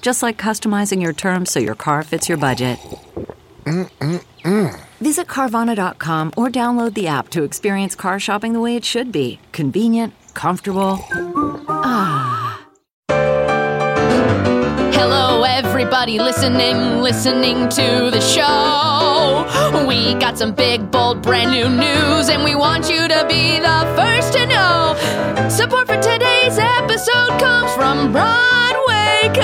Just like customizing your terms so your car fits your budget. Visit Carvana.com or download the app to experience car shopping the way it should be convenient, comfortable. Hello, everybody listening, listening to the show. We got some big, bold, brand new news, and we want you to be the first to know. Support for today's episode comes from BroadwayCon.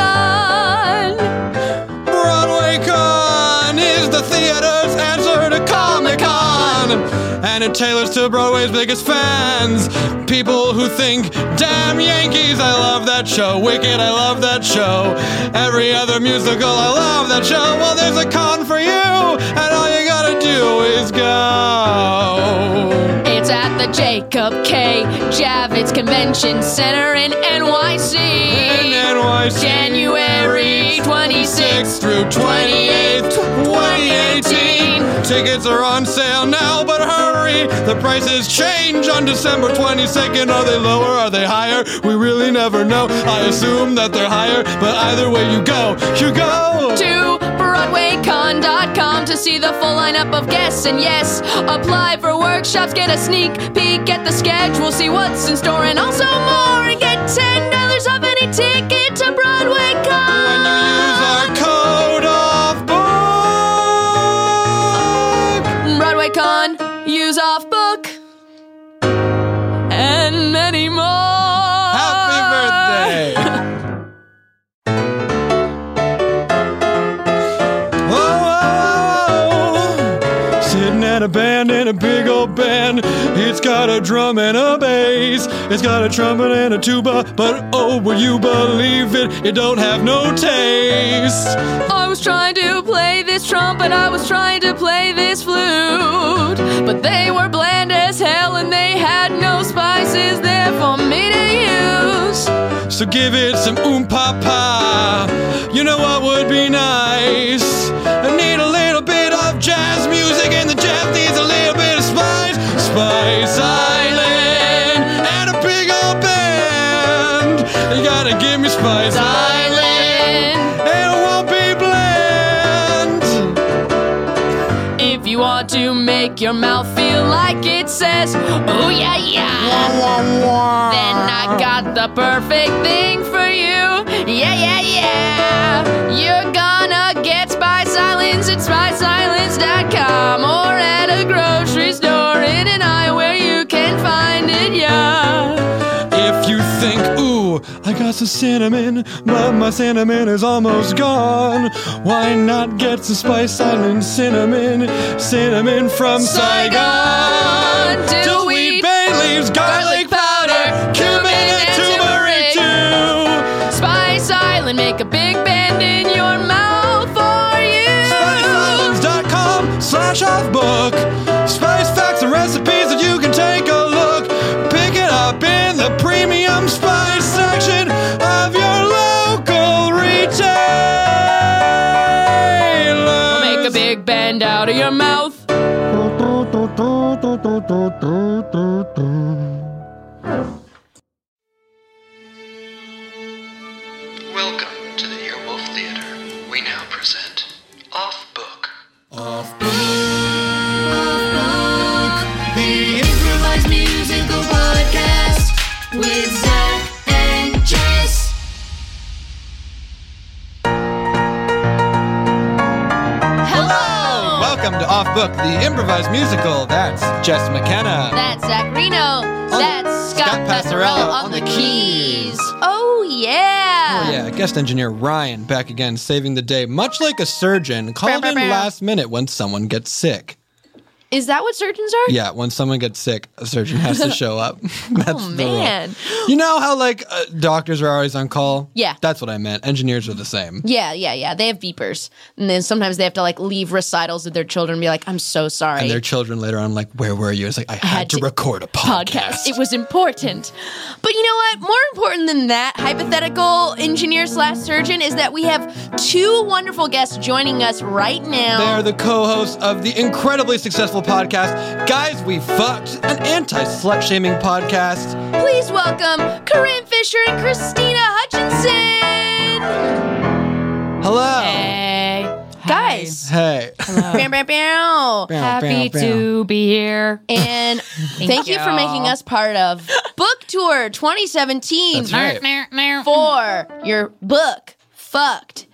BroadwayCon is the theater's answer to Comic Con. And it tailors to Broadway's biggest fans. People who think, damn Yankees, I love that show. Wicked, I love that show. Every other musical, I love that show. Well, there's a con for you, and all you gotta do is go. It's at the Jacob K. Javits Convention Center in NYC. In NYC. January 26th 6th through 28th, 2018. Tickets are on sale now, but hurry! The prices change on December 22nd. Are they lower? Are they higher? We really never know. I assume that they're higher, but either way you go, you go! to BroadwayCon.com to see the full lineup of guests. And yes, apply for workshops, get a sneak peek at the schedule, see what's in store, and also more. And get $10 off any ticket to When you BroadwayCon. use our code off book! BroadwayCon, use off book, and many more. Happy birthday! Whoa, whoa, whoa, whoa. Sitting at a band in a big old band. It's got a drum and a bass. It's got a trumpet and a tuba. But oh, will you believe it? It don't have no taste. I was trying to play this trumpet, I was trying to play this flute. But they were bland as hell and they had no spices there for me to use. So give it some oom papa. You know what would be nice? I need a little bit of jazz music, and the jazz needs a little bit of spice. Spice Island and a big old band. You gotta give me Spice Island, and it won't be bland. If you want to make your mouth feel like it says, oh yeah, yeah, then I got the perfect thing for you. Yeah, yeah, yeah. You're gonna get Spice Islands at spiceislands.com or at a grocery store in an aisle where you can find it, yeah. If you think, ooh, I got some cinnamon, but my cinnamon is almost gone, why not get some Spice Island cinnamon? Cinnamon from Saigon! Dill wheat, bay leaves, garlic powder, cumin and turmeric too! Spice Island, make a big bend in your mouth for you. SpiceIslands.com slash off book. Spice facts and recipes that you can take a look. Pick it up in the premium spice section of your local retailer. Make a big bend out of your mouth. Welcome to the Earwolf Theater. We now present Off Book. improvised musical podcast with Zach and Jess. Hello! Welcome to Off Book, book, the improvised musical. That's Jess McKenna. That's Zach Reno. That's Scott, Scott Passarella Passarella on, on the the keys. keys. Oh yeah. Oh, yeah, guest engineer Ryan back again, saving the day, much like a surgeon called in bow. last minute when someone gets sick. Is that what surgeons are? Yeah, when someone gets sick, a surgeon has to show up. That's the rule. Man. You know how like uh, doctors are always on call? Yeah. That's what I meant. Engineers are the same. Yeah, yeah, yeah. They have beepers. And then sometimes they have to like leave recitals with their children and be like, I'm so sorry. And their children later on like, "Where were you?" It's like, "I had, had to, to- record a podcast." It was important. But you know what? More important than that hypothetical engineer slash surgeon is that we have two wonderful guests joining us right They are now. the co-hosts of the incredibly successful podcast Guys We Fucked, an anti-slut shaming podcast. Please welcome Corinne Fisher and Christina Hutchinson. Hello. Hey. Guys, Hey. bam, bam, bam. Oh, Happy to be here. And thank you for you. making us part of Book Tour 2017 That's right. for your book, Fucked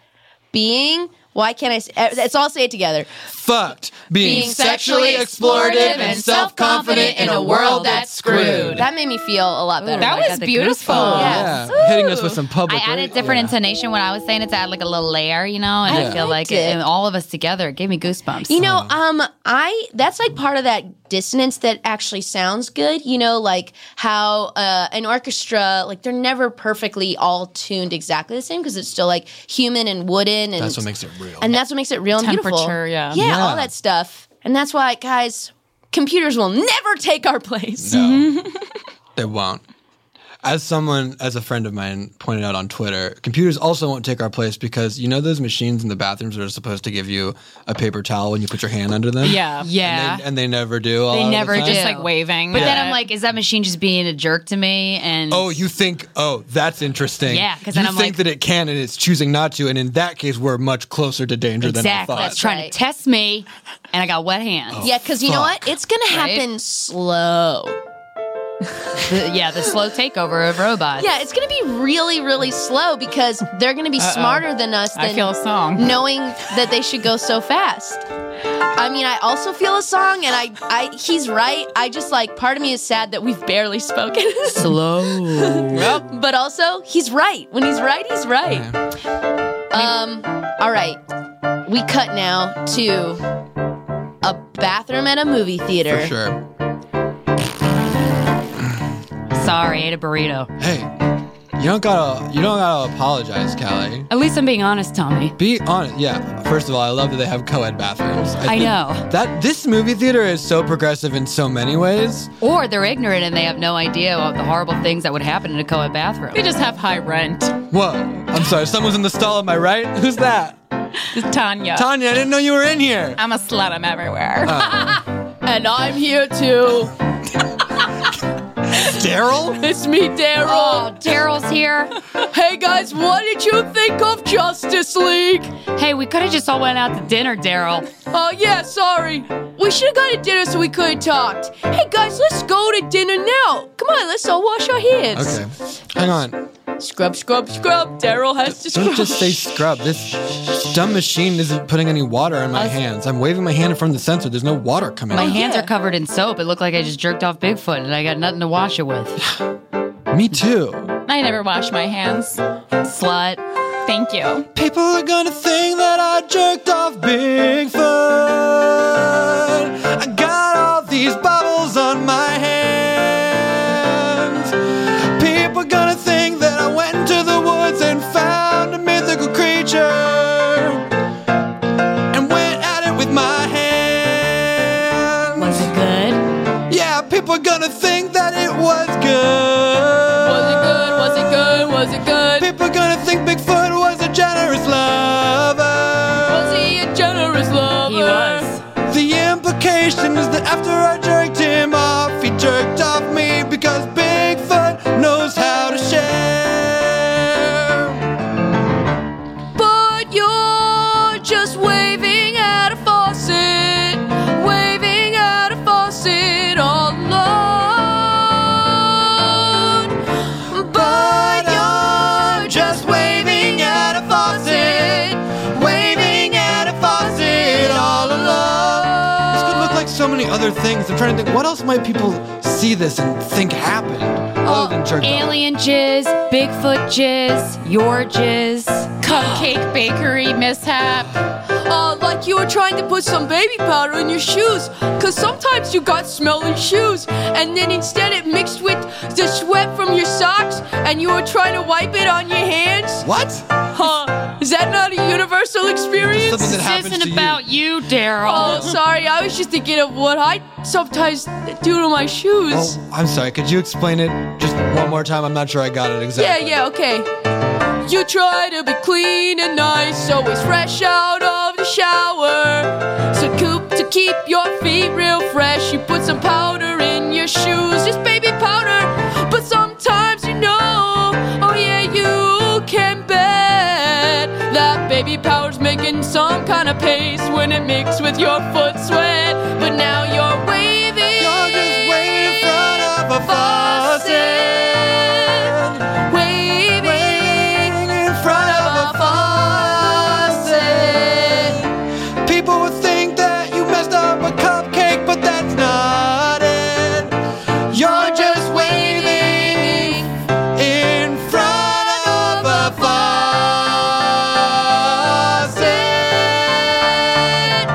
Being. Why can't I? Say, eh, let's all say it together. Fucked. Being, Being sexually sexually explorative and self-confident in a world that's screwed. That made me feel a lot better. That Like, was I- beautiful. Yeah. Yeah, hitting us with some I public. added different intonation when I was saying it to add like a little layer, you know, and I I, feel liked like it. it. and all of us together, it gave me goosebumps. You know, um, I that's like part of that dissonance that actually sounds good. You know, like how uh, an orchestra, like they're never perfectly all tuned exactly the same because it's still like human and wooden, and That's what makes it real. and that's what makes it real and beautiful. Temperature, yeah. yeah, Yeah. all that stuff, and that's why, guys, computers will never take our place. No, they won't. As someone, as a friend of mine pointed out on Twitter, computers also won't take our place because you know those machines in the bathrooms that are supposed to give you a paper towel when you put your hand under them. Yeah. yeah. and they, and they never do. a lot They of the never time. just do. like waving. but then at I'm it. like, is that machine just being a jerk to me? And Oh, you think? Oh, that's interesting. Yeah, 'cause you then I'm think that like- it can, and it's choosing not to, and in that case, we're much closer to danger than I exactly. thought. It's trying Right. to test me, and I got wet hands. Yeah, because you know what? It's gonna Right? happen slow. The, yeah, the slow takeover of robots. Yeah, it's gonna be really, really slow because they're gonna be smarter than us. Than I feel a song. knowing that they should go so fast. I mean, I also feel a song, and I, I, he's right. I just like part of me is sad that we've barely spoken, slow. but also he's right. When he's right, he's right. Um, all right, we cut now to a bathroom at a movie theater. for sure. Sorry, ate a burrito. Hey, you don't gotta, you don't gotta apologize, Callie. At least I'm being honest, Tommy. Be honest. Yeah. First of all, I love that they have co-ed bathrooms. I think know. that this movie theater is so progressive in so many ways. Or they're ignorant and they have no idea of the horrible things that would happen in a co-ed bathroom. They just have high rent. Whoa. I'm sorry. Someone's in the stall. Am I right? Who's that? Just Tanya. Tanya. I didn't know you were in here. I'm a slut. I'm everywhere. And I'm here too. Daryl. It's me, Daryl. Oh, Daryl's here. Hey guys, what did you think of Justice League? Hey, we could have just all went out to dinner, Daryl. Oh, yeah, sorry. We should have gone to dinner so we could have talked. Hey, guys, let's go to dinner now. Come on, let's all wash our hands. Okay. Hang on. Scrub, scrub, scrub. Daryl has to Don't scrub. just say scrub. This dumb machine isn't putting any water on my hands. I'm waving my hand in front of the sensor. There's no water coming My out. hands yeah. are covered in soap. It looked like I just jerked off Bigfoot and I got nothing to wash it with. Me too. I never wash my hands. Slut. Thank you. People are gonna think that I jerked off Bigfoot. I got all these bubbles on my hands. People are gonna think that I went into the woods and found a mythical creature and went at it with my hands. Was it good? Yeah, people are gonna think that it was good. Was it good? Was it good? Was it good? People are gonna think Bigfoot was a generous lover. Was he a generous lover? He was. The implication is that after I jerked him off, he jerked off me because Bigfoot knows how to share. But you're just waving at a faucet, waving at a faucet all alone. But you're Just waving at a faucet, waving at a faucet all alone. It's other things. I'm trying to think what else might people see this and think happened other than jerk off? Alien jizz, Bigfoot jizz, your jizz. Cupcake bakery mishap. Uh, like you were trying to put some baby powder in your shoes, cause sometimes you got smelly shoes, and then instead it mixed with the sweat from your socks, and you were trying to wipe it on your hands. What? Huh? Is that not a universal experience? Something that This happens isn't to about you, Daryl. Oh, sorry, I was just thinking of what I sometimes do to my shoes. you. Oh, I'm sorry. Could you explain it just one more time? I'm not sure I got it Yeah, exactly. yeah, okay. You try to be clean and nice, always fresh out of the shower. So coop to keep your feet real fresh. You put some powder in your shoes, just baby powder. But sometimes you know, oh yeah, you can Oh, bet that baby powder's making some kind of paste when it mixes with your foot sweat. But now you're waving. You're just waiting in front of a faucet. Waiting in front of a faucet. People would think that you messed up a cupcake, but that's not it. You're just waving in front of a faucet.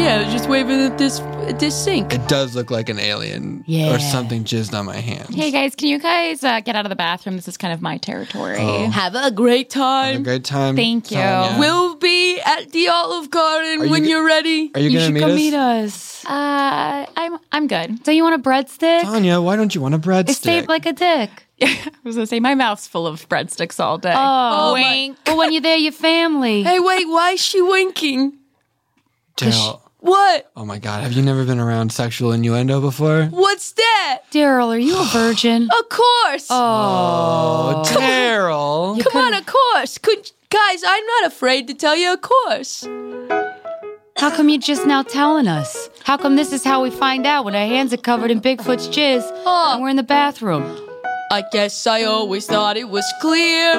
Yeah, they're just waving at this at this sink. It does look like an alien Yeah. or something jizzed on my hand. Hey guys, can you guys uh, get out of the bathroom? This is kind of my territory. Have a great time. Have a great time. Thank you. Tanya. We'll be at the Olive Garden Are you when g- you're ready. Are you, gonna should meet come us? meet us. Uh, I'm I'm good. Don't you want a breadstick? Tanya, why don't you want a breadstick? it's shaped like a dick. I was gonna say my mouth's full of breadsticks all day. Oh, wink. Well, when you're there, your family. Hey, wait, why is she winking? Daryl, What? oh my god, have you never been around sexual innuendo before? What's that? Daryl, are you a virgin? Of course. Oh, Daryl. Come on, of course. Could guys, I'm not afraid to tell you, of course. How come you're just now telling us? How come this is how we find out when our hands are covered in Bigfoot's jizz and we're in the bathroom? I guess I always thought it was clear.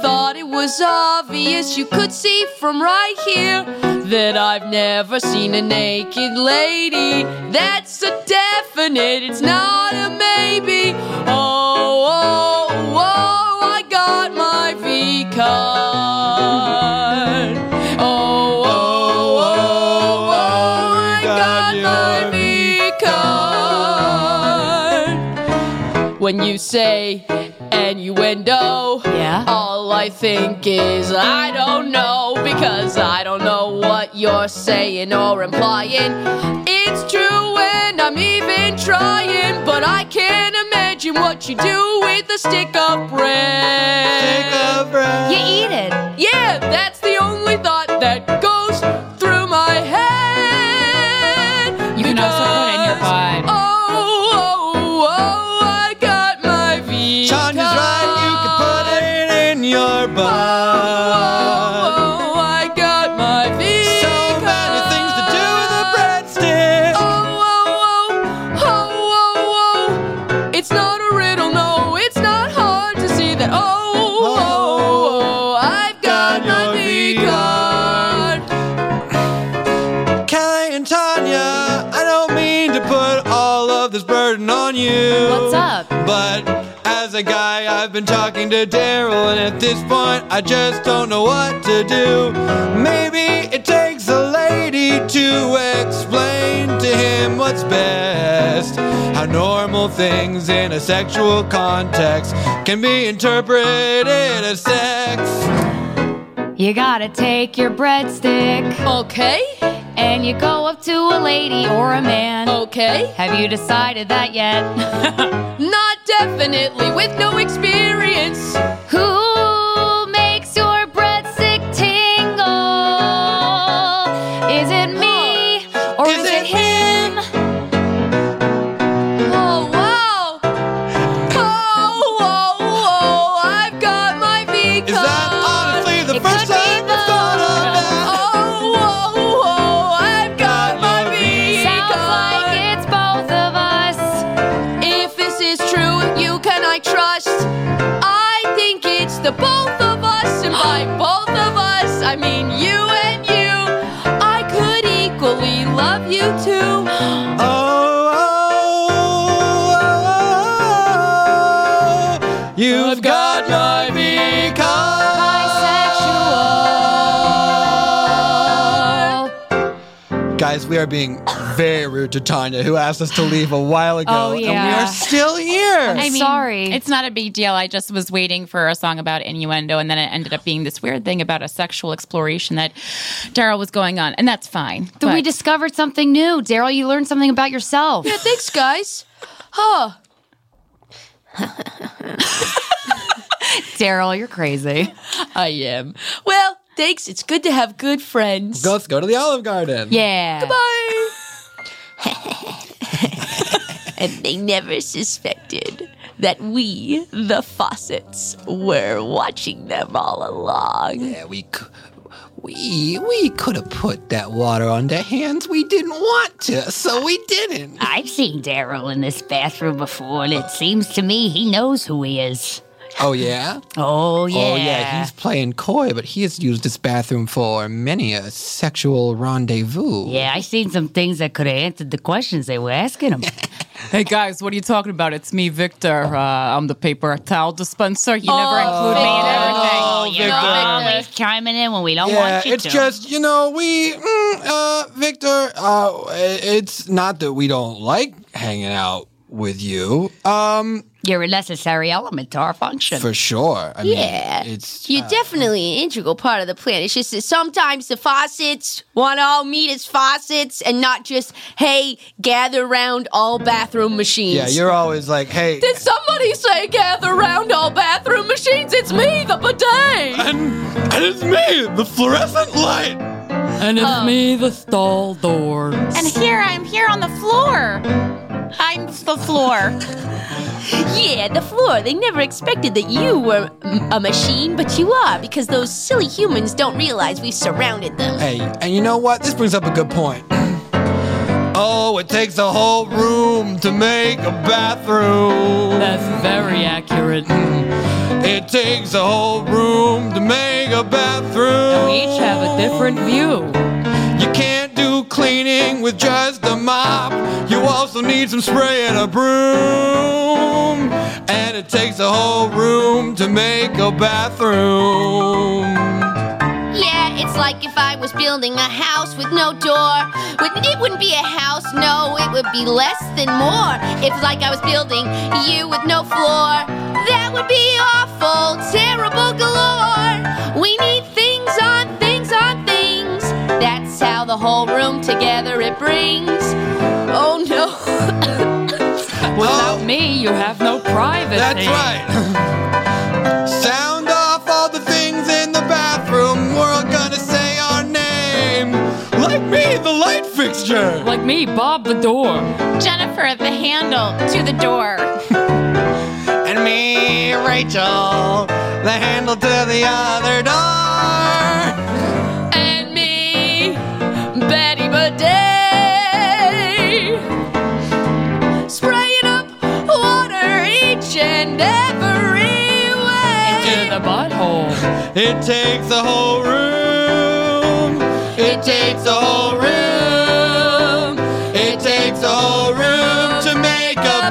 Thought it was obvious. You could see from right here that I've never seen a naked lady. That's a definite, it's not a maybe. Oh, oh, oh, I got my V card. Oh, oh, oh, oh, I got my V card. When you say innuendo, Yeah? all I think is I don't know because I don't know what you're saying or implying. It's true and I'm even trying, but I can't imagine what you do with a stick of bread. You eat it. Yeah, that's the only thought that goes through my head. You can also put it in your Because- butt. Oh, oh, oh, I got my V. Tanya's right, you can put it in your butt. Oh, I got my V. So many things to do with a breadstick. Oh, oh, oh, oh, oh, oh. It's not a riddle, no, it's not hard to see that. Oh, oh, oh, I've got, Got my your V V card. Kelly and Tanya, I don't mean to put all of this burden on you. What's up? But as a guy, I've been talking to Daryl, and at this point, I just don't know what to do. Maybe it takes a lady to explain to him what's best. How normal things in a sexual context can be interpreted as sex. Oh. You gotta take your breadstick Okay, and you go up to a lady or a man. okay. Have you decided that yet? Not definitely with no experience. Who makes your breadstick tingle? Is it me or is, it him? Oh, wow. Oh, oh, oh, I've got my V card. Is that honestly the It first could be time I've both. thought of that? Oh, oh, oh, I've got my V Sounds like card. it's both of us. If this is true, you can I trust. I think it's the both of us, and by both of us, I mean you and you. I could equally love you too. I've got my Bisexual. Guys, we are being very rude to Tanya, who asked us to leave a while ago. Oh, And we yeah. are still here. I mean, It's not a big deal. I just was waiting for a song about innuendo, and then it ended up being this weird thing about a sexual exploration that Daryl was going on, and that's fine. Then we But- discovered something new. Daryl, you learned something about yourself. Yeah, thanks, guys. Huh. Daryl, you're crazy. I am. Well, thanks. It's good to have good friends. Go- Let's go to the Olive Garden. Yeah. Goodbye. and they never suspected that we, the Fawcetts, were watching them all along. Yeah, we c- we we could have put that water on their hands. We didn't want to, so we didn't. I've seen Daryl in this bathroom before, and it seems to me he knows who he is. Oh yeah. Oh yeah. Oh yeah. He's playing coy, but he has used this bathroom for many a sexual rendezvous. Yeah, I seen some things that could have answered the questions they were asking him. Hey guys, what are you talking about? It's me, Victor. Uh, I'm the paper towel dispenser. Oh. You never include me in everything. you're always chiming in when we don't yeah, want you it's to. just you know we mm, uh, Victor. Uh, it's not that we don't like hanging out with you. Um, you're a necessary element to our function. for sure. I Yeah. mean, it's uh, You're definitely an integral part of the plan. It's just that sometimes the faucets want to all meet as faucets and not just, hey, gather round all bathroom machines. yeah. You're always like, hey, Did somebody say gather round all bathroom machines? It's me, the bidet! and, and it's me, the fluorescent light. And it's me, the stall door. And here I'm here on the floor. I'm the floor. Yeah, the floor. They never expected that you were mm, a machine, but you are because those silly humans don't realize we've surrounded them. Hey, and you know what? This brings up a good point. Oh, it takes a whole room to make a bathroom. That's very accurate. It takes a whole room to make a bathroom. We each have a different view. You can't do cleaning with just a mop. You also need some spray and a broom. And it takes a whole room to make a bathroom. Yeah, it's like if I was building a house with no door. Wouldn't- It wouldn't be a house, no, it would be less than more. If like I was building you with no floor, that would be awful, terrible galore. We need things on things on things. That's how the whole room together it brings. Oh no. Without me, you have no privacy. That's right. Sound off all the things in the bathroom. We're all gonna say our name. Like me, the light fixture. Like me, Bob the door. Jennifer, the handle to the door. And me, Rachel, the handle to the other door. and me, Betty Bidet. Spraying up water each and every In way. the butthole. It takes a whole room. It takes a whole room. It takes a whole room to make a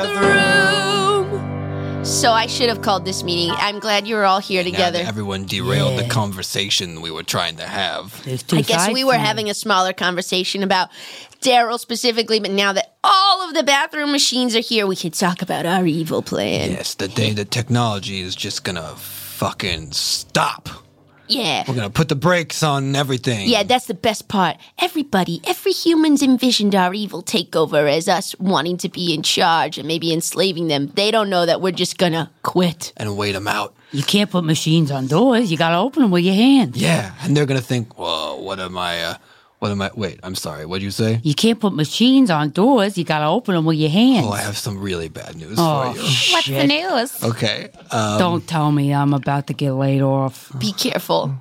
bathroom. So I should have called this meeting. I'm glad you're all here together. everyone derailed the conversation we were trying to have. There's two I guess sides we were to it. having a smaller conversation about Daryl specifically, but now that all of the bathroom machines are here, we can talk about our evil plan. Yes, the day the technology is just gonna fucking stop. Yeah. We're gonna put the brakes on everything. Yeah, that's the best part. Everybody, every human's envisioned our evil takeover as us wanting to be in charge and maybe enslaving them. They don't know that we're just gonna quit. and wait them out. you can't put machines on doors. You gotta open them with your hands. Yeah, and they're gonna think, whoa, what am I? Uh, what am I? Wait, I'm sorry. What'd you say? You can't put machines on doors. You gotta open them with your hands. Oh, I have some really bad news Oh, for you. shit. What's the news? Okay. Uh, Don't tell me I'm about to get laid off. Be careful.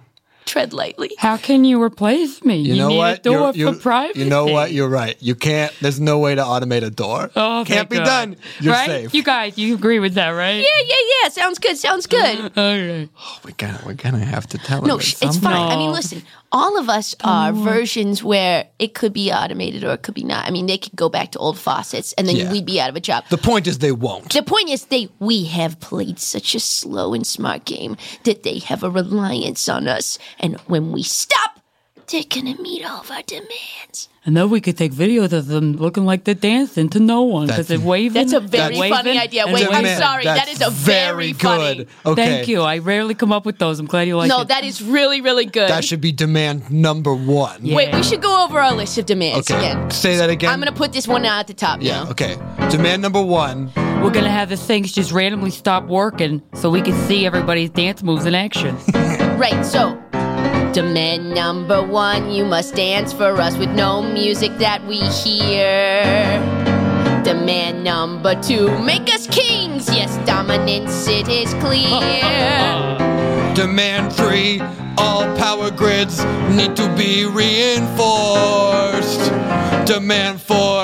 Tread lightly. How can you replace me? You, know need what? a door You're- for you- privacy. You know what? You're right. You can't. There's no way to automate a door. Oh, can't thank be God. done. You're right? safe. You guys, you agree with that, right? Yeah, yeah, yeah. Sounds good. Sounds good. Okay. Oh, we gotta. We're gonna have to tell No, him. sh- it's fine. I mean, listen. all of us are versions where it could be automated or it could be not. I mean, they could go back to old faucets and then Yeah. we'd be out of a job. The point is, they won't. The point is, they we have played such a slow and smart game that they have a reliance on us, and when we stop, they're gonna meet all of our demands. And then we could take videos of them looking like they're dancing to no one because they're waving. That's a and very waving funny idea. and Wait, I'm waving. sorry, that That's is a very very good. funny- Okay. Thank you. I rarely come up with those. I'm glad you like no, it. that is really, really good. That should be demand number one. Wait, we should go over our list of demands Okay. again. Say that again. I'm gonna put this one out at the top. Yeah. Okay. Demand number one. We're gonna have the things just randomly stop working so we can see everybody's dance moves in action. Right, so demand number one, you must dance for us with no music that we hear. Demand number two, make us kings. Yes, dominance, it is clear. Demand three. All power grids need to be reinforced. Demand four.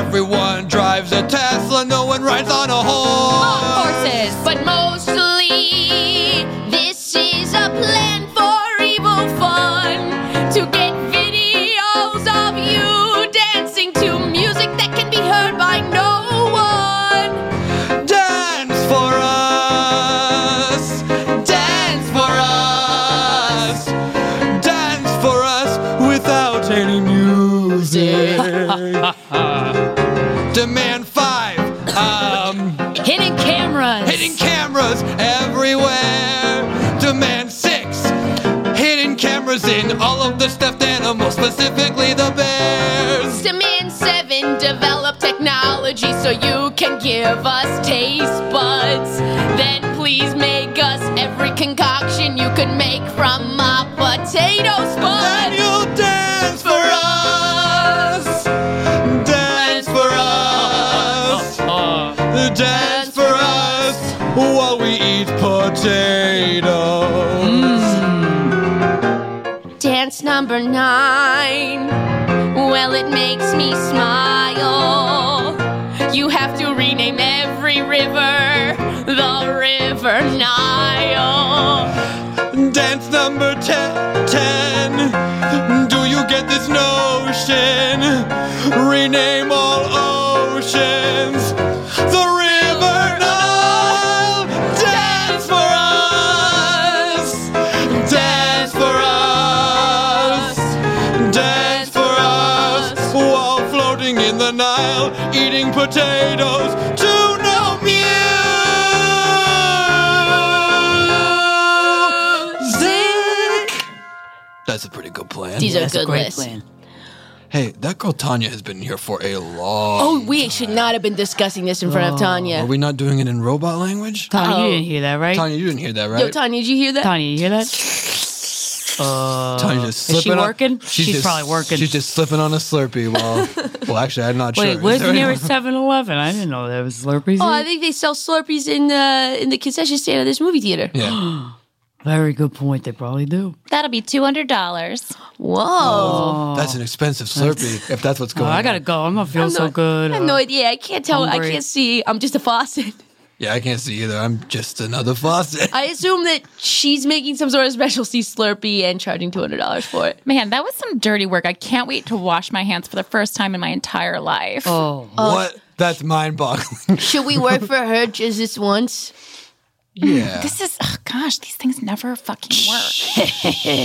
Everyone drives a Tesla. No one rides on a horse. Horses. But mostly, this is a plan for evil fun to get videos of you dancing to music that can be heard by no one. Dance for us. Dance for us. Dance for us without any music. Demand five. Um, Hidden cameras. Hidden cameras everywhere. Demand six. Hidden cameras in all of the stuffed animals, specifically the bears. Demand 7 develop technology so you can give us taste buds. Then please make us every concoction you can make from a potato spud. Then you'll dance for us. Dance for us. Dance for us while we eat potatoes. Dance number 9. Well, it makes me smile. You have to rename every river the River Nile. Dance number ten, ten. Do you get this notion? Rename all oceans. The River Nile. Dance for us. Dance for us. Dance for us. While floating in the Nile, eating potatoes to no music. That's a pretty good plan. These are That's a good great lists. plan. Hey, that girl Tanya has been here for a long. Oh, we should not have been discussing this in front of Tanya. Oh. Are we not doing it in robot language? Tanya, you Oh. didn't hear that, right? Tanya, you didn't hear that, right? Yo, Tanya, did you hear that? Tanya, you hear that? Uh, Tanya just is slipping. she on- working? she's She's just- probably working. She's just slipping on a Slurpee. Well, well, actually, I'm not Wait, sure. Is where's there the anyone- nearest 7-Eleven? I didn't know there was Slurpees. Oh, I think they sell Slurpees in uh, in the concession stand of this movie theater. Yeah. Very good point. They probably do. That'll be two hundred dollars. Whoa. That's an expensive Slurpee, if that's what's going on. Oh, I gotta go. I'm not Oh, feeling so good. I have no idea. I can't tell. uh, hungry. I can't see. I'm just a faucet. Yeah, I can't see either. I'm just another faucet. I assume that she's making some sort of specialty Slurpee and charging two hundred dollars for it. Man, that was some dirty work. I can't wait to wash my hands for the first time in my entire life. Oh, What? That's mind boggling. Should we work for her just this once? Yeah. This is oh gosh, these things never fucking work.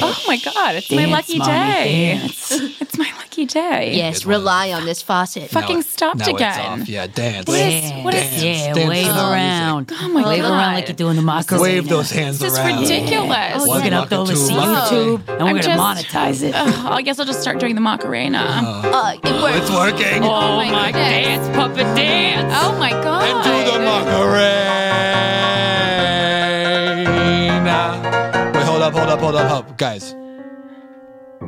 oh my god, it's my Dance, lucky mommy, day. dance. It's my lucky day. Yes, rely on this faucet. Now Fucking it- stopped now it's again. off. Yeah, dance. What is- what is- dance, Yeah, dance wave to the music. around. Oh my Wave God. around like you're doing the Macarena. Wave those hands This is around. ridiculous. We're gonna upload this to Oh. YouTube and we're I'm gonna just- monetize it. Ugh, I guess I'll just start doing the Macarena. Uh, it works. It's working. Oh, my, dance, puppet dance. Oh my god. And do the Macarena. Wait, hold up, hold up, hold up, hold up. Guys,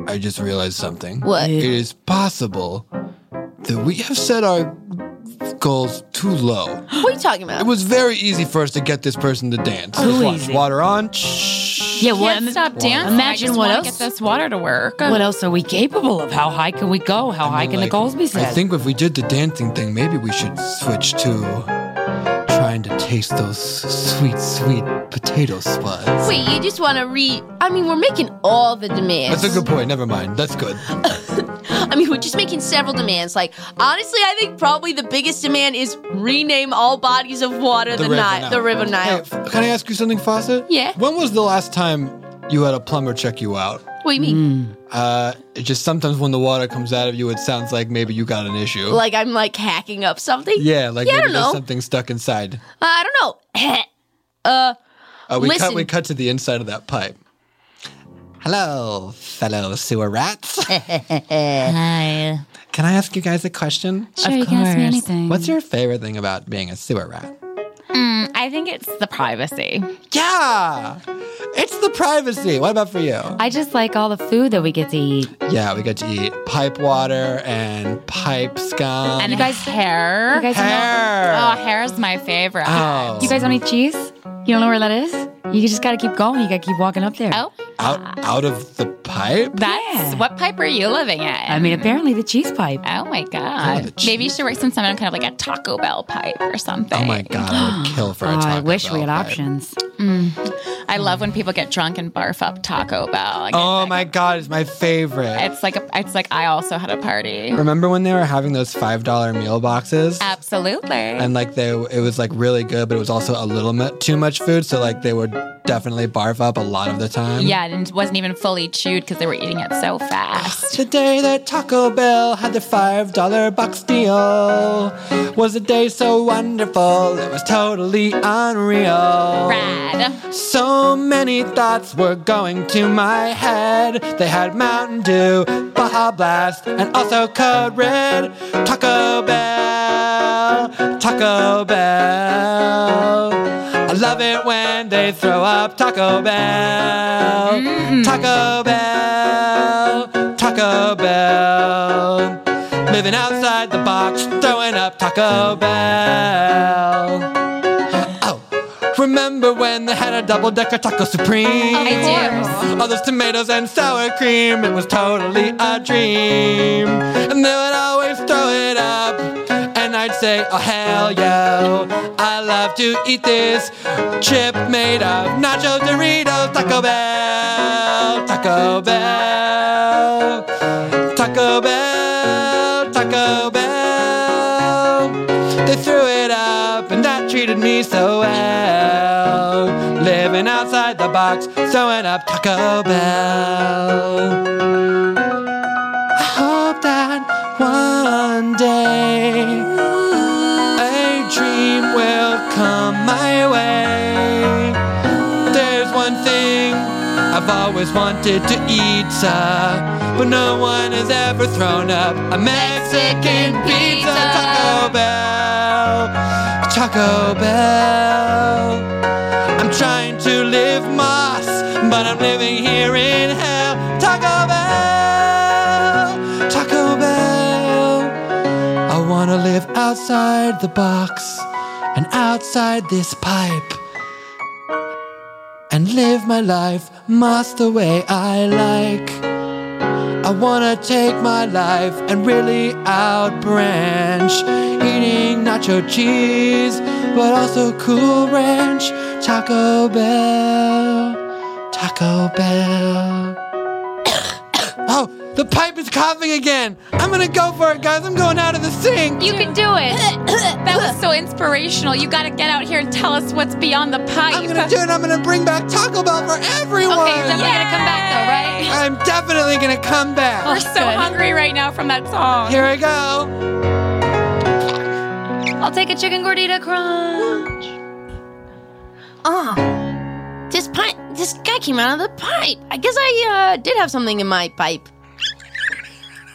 I just realized something. What? It is possible that we have set our goals too low. What are you talking about? It was very easy for us to get this person to dance. Too Just wa- easy. Water on. Yeah, Can't what? stop dancing. Imagine I just what wanna Get else? this water to work. What else are we capable of? How high can we go? How high can the goals be set? I think if we did the dancing thing, maybe we should switch to trying to taste those sweet, sweet potato spuds. Wait, you just want to re. I mean, we're making all the demands. That's a good point. Never mind. That's good. I mean, we're just making several demands. Like, honestly, I think probably the biggest demand is rename all bodies of water the, Nile, the River Nile. Oh. Hey, f- can I ask you something, Fawcett? Yeah. When was the last time you had a plumber check you out? What do you mean? Uh, it just sometimes when the water comes out of you, it sounds like maybe you got an issue. Like I'm like hacking up something. yeah, like yeah, I maybe don't there's know. something stuck inside. I don't know. uh, Uh, we cut Listen. we cut to the inside of that pipe. Hello, fellow sewer rats. Hi. Can I ask you guys a question? Sure, Of you can ask me course. anything. What's your favorite thing about being a sewer rat? Mm, I think it's the privacy. Yeah, it's the privacy. What about for you? I just like all the food that we get to eat. Yeah, we get to eat pipe water and pipe scum. and you guys hair. you guys don't hair. know- Oh, hair is my favorite. Oh. You guys don't eat cheese? You don't know where that is? You just gotta keep going. You gotta keep walking up there. Oh, out out of the pipe. that's what pipe are you living at? I mean, apparently the cheese pipe. Oh my god! Maybe you should work some time on kind of like a Taco Bell pipe or something. Oh my god, I would kill for a Oh, I Taco wish we had Bell pipe. options. I love when people get drunk and barf up Taco Bell. Like, Oh my god, it's my favorite. It's like a, it's like I also had a party. Remember when they were having those five dollar meal boxes? Um, Absolutely. And like they, it was like really good, but it was also a little bit too much food. So like they would definitely barf up a lot of the time. yeah, and it wasn't even fully chewed because they were eating it so fast. The day that Taco Bell had the five dollar box deal was a day so wonderful. It was totally unreal. Rad. So many thoughts were going to my head. They had Mountain Dew, Baja Blast, and also Code Red. Taco Bell, Taco Bell. I love it when they throw up Taco Bell, Taco Bell, Taco Bell. Living outside the box, throwing up Taco Bell. Remember when they had a double decker taco supreme? I do. All those tomatoes and sour cream, it was totally a dream. And they would always throw it up, and I'd say, oh hell yo, I love to eat this chip made of nacho Doritos, Taco Bell, Taco Bell, Taco Bell, Taco Bell. They threw it up and that treated me so well. Living outside the box, throwing up Taco Bell. I hope that one day a dream will come my way. There's one thing I've always wanted to eat, uh, but no one has ever thrown up a Mexican pizza. Taco Bell, Taco Bell. I'm trying to live Moss, but I'm living here in hell. Taco Bell, Taco Bell. I wanna live outside the box and outside this pipe and live my life Moss the way I like. I wanna take my life and really outbranch. Eating nacho cheese, but also cool ranch. Taco Bell, Taco Bell. oh, the pipe is coughing again. I'm gonna go for it, guys. I'm going out of the sink. You can do it. that was so inspirational. You got to get out here and tell us what's beyond the pipe. I'm gonna do it. I'm gonna bring back Taco Bell for everyone. Okay, you're definitely gonna come back though, right? I'm definitely gonna come back. We're so hungry right now from that song. Here I go. I'll take a chicken gordita crunch. Oh, this pipe. This guy came out of the pipe. I guess I uh, did have something in my pipe.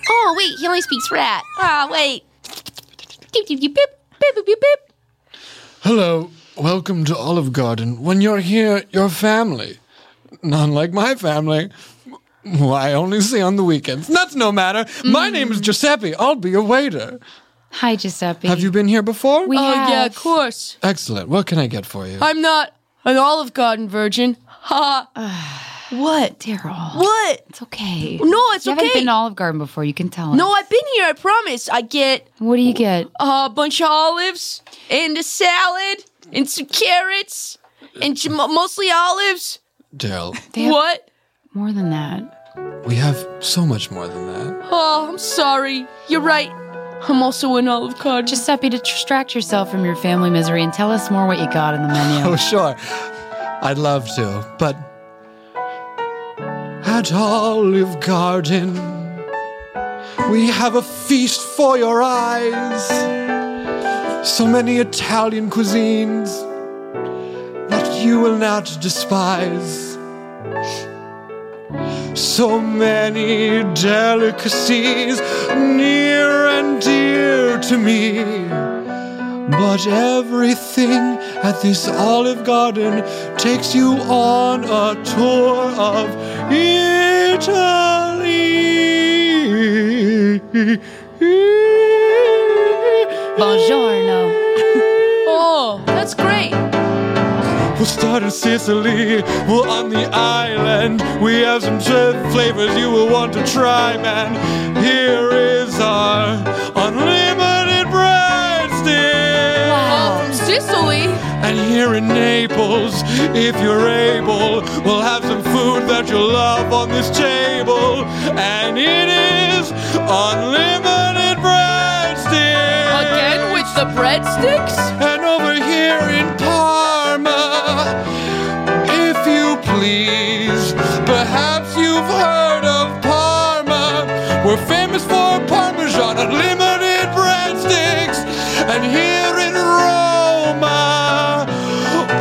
Oh wait, he only speaks rat. Ah wait. Beep, beep, beep, beep, beep, beep, beep, beep. Hello, welcome to Olive Garden. When you're here, you're family. Not like my family, who I only see on the weekends. That's no matter. My name is Giuseppe. I'll be your waiter. Hi, Giuseppe. Have you been here before? We Oh have. yeah, of course. Excellent. What can I get for you? I'm not an Olive Garden virgin. Ha. what? Daryl. What? It's okay. No, it's you haven't okay. been to Olive Garden before. You can tell No, us. I've been here. I promise. I get What do you get? a bunch of olives and a salad and some carrots and jam- mostly olives. Daryl, what? More than that. we have so much more than that. Oh, I'm sorry. You're right. I'm also an olive card. Giuseppe, to distract yourself from your family misery and tell us more what you got in the menu. Oh, sure. I'd love to, but. At Olive Garden, we have a feast for your eyes. So many Italian cuisines that you will not despise. So many delicacies near and dear to me. But everything at this olive garden takes you on a tour of Italy. Buongiorno. Oh, that's great. We'll start in Sicily, we're on the island. We have some chef flavors you will want to try, man. Here is our unlimited breadsticks. Oh, from Sicily. And here in Naples, if you're able, we'll have some food that you'll love on this table. And it is unlimited breadsticks. Again with the breadsticks? And over here in Parma, if you please, perhaps you've heard of Parma. We're famous for Parmesan unlimited breadsticks. And here in Roma,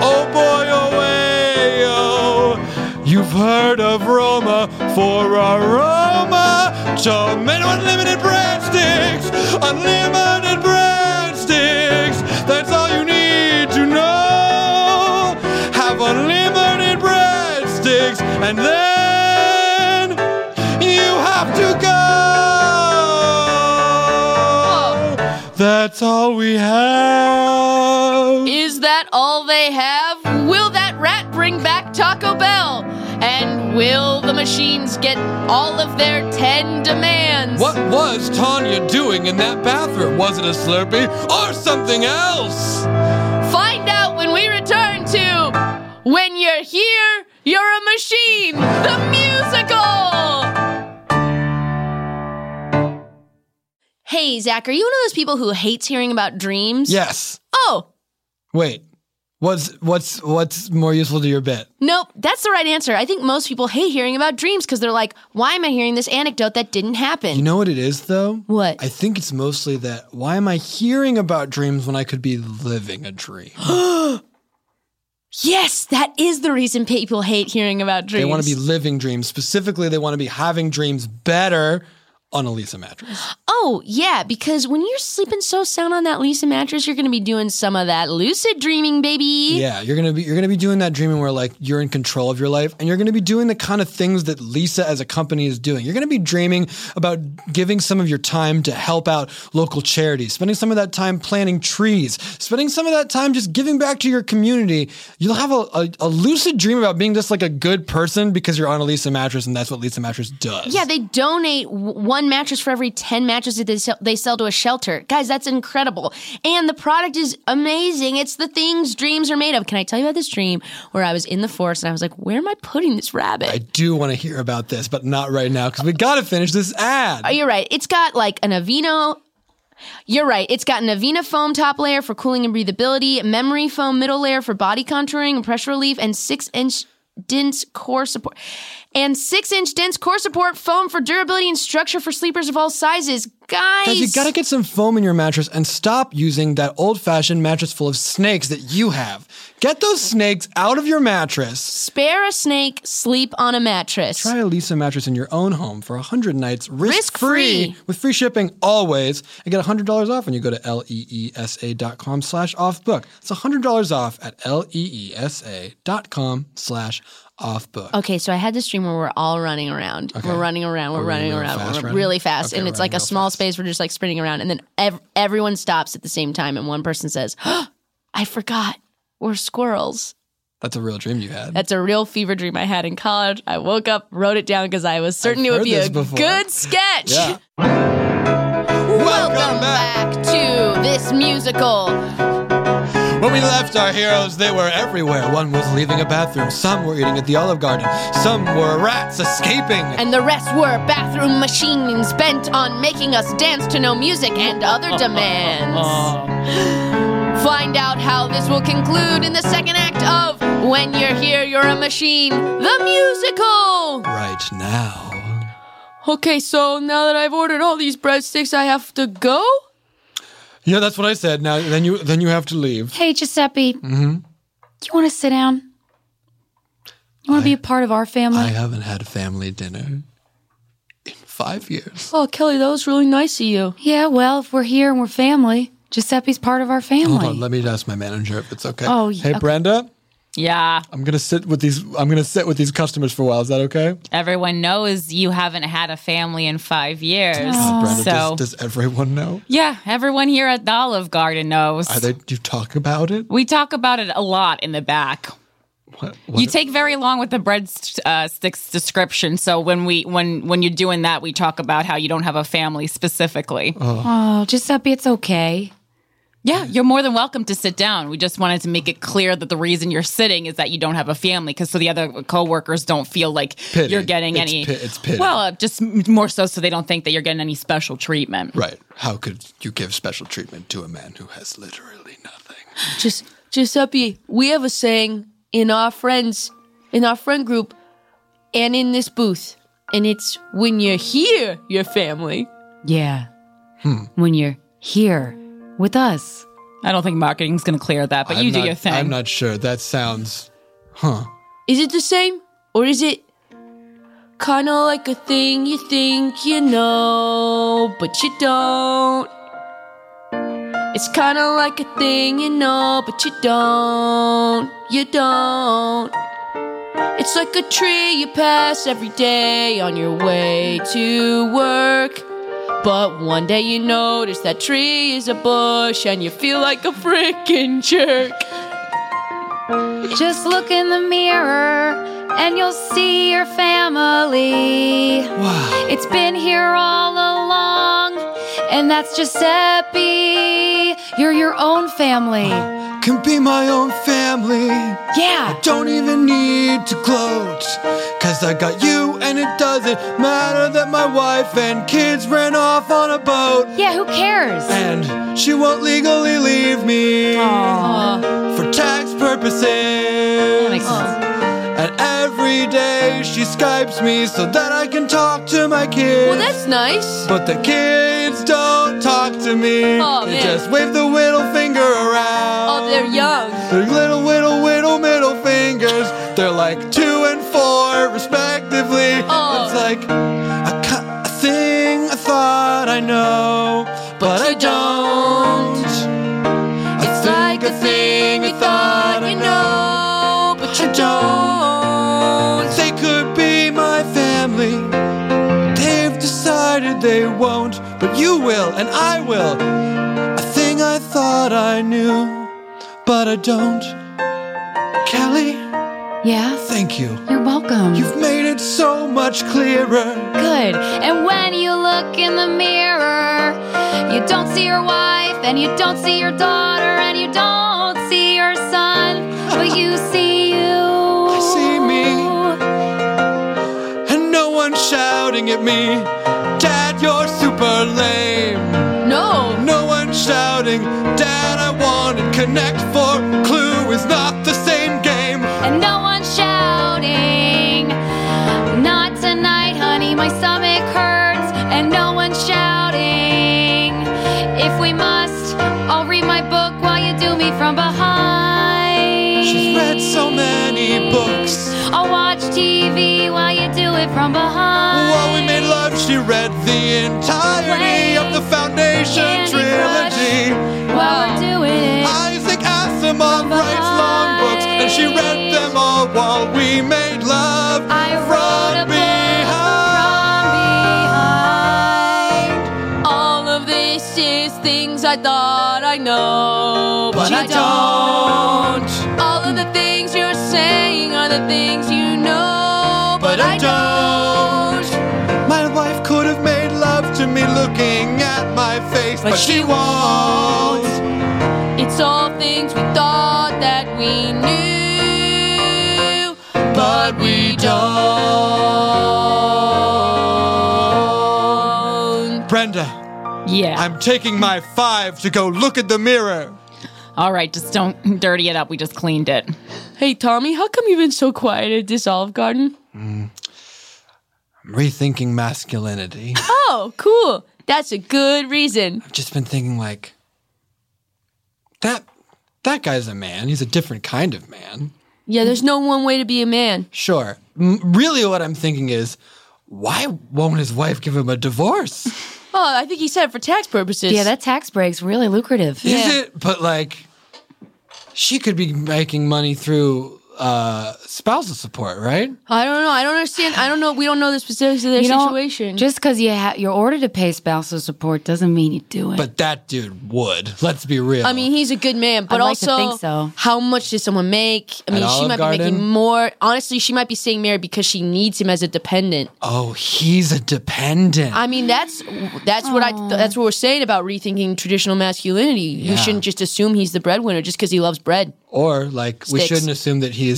oh boy, oh way, oh, you've heard of Roma for a Roma tomato unlimited breadsticks, unlimited breadsticks. That's all you need to know. Have unlimited breadsticks, and then you have to go. That's all we have. Is that all they have? Will that rat bring back Taco Bell? And will the machines get all of their 10 demands? What was Tanya doing in that bathroom? Was it a Slurpee or something else? Find out when we return to When You're Here, You're a Machine, the musical! Hey, Zach, are you one of those people who hates hearing about dreams? Yes. Oh, Wait. What's what's what's more useful to your bit? Nope, that's the right answer. I think most people hate hearing about dreams because they're like, why am I hearing this anecdote that didn't happen? You know what it is though? What? I think it's mostly that why am I hearing about dreams when I could be living a dream? yes, that is the reason people hate hearing about dreams. They want to be living dreams. Specifically, they want to be having dreams better on a Lisa mattress. Oh, yeah, because when you're sleeping so sound on that Lisa mattress, you're going to be doing some of that lucid dreaming, baby. Yeah, you're gonna be you're gonna be doing that dreaming where like you're in control of your life, and you're gonna be doing the kind of things that Lisa as a company is doing. You're gonna be dreaming about giving some of your time to help out local charities, spending some of that time planting trees, spending some of that time just giving back to your community. You'll have a, a, a lucid dream about being just like a good person because you're on a Lisa mattress, and that's what Lisa mattress does. Yeah, they donate w- one mattress for every 10 mattresses that they sell, they sell to a shelter. Guys, that's incredible. And the product is amazing. It's the things dreams are made of. Can I tell you about this dream where I was in the forest and I was like, where am I putting this rabbit? I do want to hear about this, but not right now because we gotta finish this ad. Oh, you're right. It's got like an Aveeno. You're right. It's got an Avena foam top layer for cooling and breathability, memory foam middle layer for body contouring and pressure relief, and six inch dense core support. And six inch dense core support foam for durability and structure for sleepers of all sizes. Guys, Guys, you gotta get some foam in your mattress and stop using that old fashioned mattress full of snakes that you have. Get those snakes out of your mattress. spare a snake, sleep on a mattress. Try a Lisa mattress in your own home for 100 nights risk free Risk-free. with free shipping always and get $100 off when you go to E leesa dot com slash off book. It's $100 off at E leesa dot com slash off book. Okay, so I had this dream where we're all running around. We're running around. We're, Are we running real around. fast we're running? really fast, Okay, and we're it's like a running real small space. We're just like sprinting around, and then ev- everyone stops at the same time, and one person says, oh, "I forgot, we're squirrels." That's a real dream you had. That's a real fever dream I had in college. I woke up, wrote it down because I was certain it would heard be this a before. good sketch. Yeah. Welcome back to this musical. When we left our heroes, they were everywhere. One was leaving a bathroom, some were eating at the Olive Garden, some were rats escaping. And the rest were bathroom machines bent on making us dance to no music and other demands. Find out how this will conclude in the second act of When You're Here, You're a Machine, the musical. Right now. Okay, so now that I've ordered all these breadsticks, I have to go? Yeah, that's what I said. Now then you then you have to leave. Hey, Giuseppe, Mm-hmm. you want to sit down? You want to be a part of our family? I haven't had a family dinner in five years. Oh, Kelly, that was really nice of you. Yeah, well, if we're here and we're family, Giuseppe's part of our Hold family. on, let me ask my manager if it's okay. Oh, hey okay. Brenda, Yeah. I'm gonna sit with these. I'm gonna sit with these customers for a while. Is that okay? Everyone knows you haven't had a family in five years. Oh, God, Uh, Brenda, Oh, so, does, does everyone know? yeah, everyone here at the Olive Garden knows. Are they? Do you talk about it? we talk about it a lot in the back. What? you take very long with the bread st- uh, sticks description. So when we when when you're doing that, we talk about how you don't have a family specifically. Oh, Giuseppe, it's okay. Yeah, you're more than welcome to sit down. We just wanted to make it clear that the reason you're sitting is that you don't have a family, because so the other coworkers don't feel like Pity. you're getting It's any. pi- it's pity. Well, uh, just m- more so, so they don't think that you're getting any special treatment. Right. How could you give special treatment to a man who has literally nothing? Just Giuseppe, we have a saying in our friends, in our friend group, and in this booth, and it's when you're here, your family. Yeah. When you're here with us. I don't think marketing's going to clear that, but I'm you do not- your thing. I'm not sure. That sounds, huh? Is it the same, or is it kind of like a thing you think you know, but you don't? It's kind of like a thing you know, but you don't. You don't. It's like a tree you pass every day on your way to work. But one day you notice that tree is a bush and you feel like a freaking jerk. Just look in the mirror and you'll see your family. Wow. It's been here all along, and that's Giuseppe. You're your own family. Can be my own family. Yeah. Don't even need to gloat. Cause I got you, and it doesn't matter that my wife and kids ran off on a boat. Yeah, who cares? And she won't legally leave me for tax purposes. And every day she Skypes me so that I can talk to my kids. Well, that's nice. But the kids don't talk to me. Aw, they man. just wave the whittle finger around. Oh, they're young. Their little whittle whittle middle fingers. They're like two and four respectively. It's like a, cu- a thing I thought I know, but, I don't. It's like a thing I thought I know, but you don't. They could be my family. They've decided they won't, but you will and I will. A thing I thought I knew but I don't. Kelly, Yeah, thank you. you're welcome. You've made it so much clearer. Good. And when you look in the mirror, you don't see your wife, and you don't see your daughter, and you don't see your son, but you see you. I see me. And no one shouting at me, Dad, you're super lame. No. No one shouting, Dad, I wanted Connect for Clue is not the same game. And no one shouting, Not tonight, honey, my stomach hurts. And no one shouting, If we must, I'll read my book while you do me from behind. She's read so many books. I'll watch TV while you do it from behind. While we made love, she read the entirety of the Foundation Candy Crush. trilogy. While we're doing it. Isaac Asimov writes long books, and she read them all while we made love. I wrote a From behind. All of this is things I thought I know, but, But I I don't. All of the things you're saying are the things you know, but, I, don't. My wife could have made love to me looking at my face, but, But she she won't. It's all things we thought that we knew, but we don't. Brenda. Yeah. I'm taking my five to go look in the mirror. All right, just don't dirty it up. We just cleaned it. Hey, Tommy, how come you've been so quiet at this Olive Garden? I'm rethinking masculinity. Oh, cool. That's a good reason. I've just been thinking like that that guy's a man. He's a different kind of man. Yeah, there's no one way to be a man. Sure. M- really what I'm thinking is why won't his wife give him a divorce? Oh, I think he said for tax purposes. Yeah, that tax break's really lucrative. Is it? But like she could be making money through uh spousal support, right? I don't know. I don't understand. I don't know. We don't know the specifics of their You know, situation. just because you ha- you're ordered to pay spousal support doesn't mean you do it. But that dude would. Let's be real. I mean, he's a good man, but I'd like to also, think so. how much does someone make? I At mean, she Olive might be Garden? making more. Honestly, she might be staying married because she needs him as a dependent. oh, he's a dependent. I mean, that's that's what I that's what we're saying about rethinking traditional masculinity. Yeah. You shouldn't just assume he's the breadwinner just because he loves bread. or like we Sticks. shouldn't assume that he's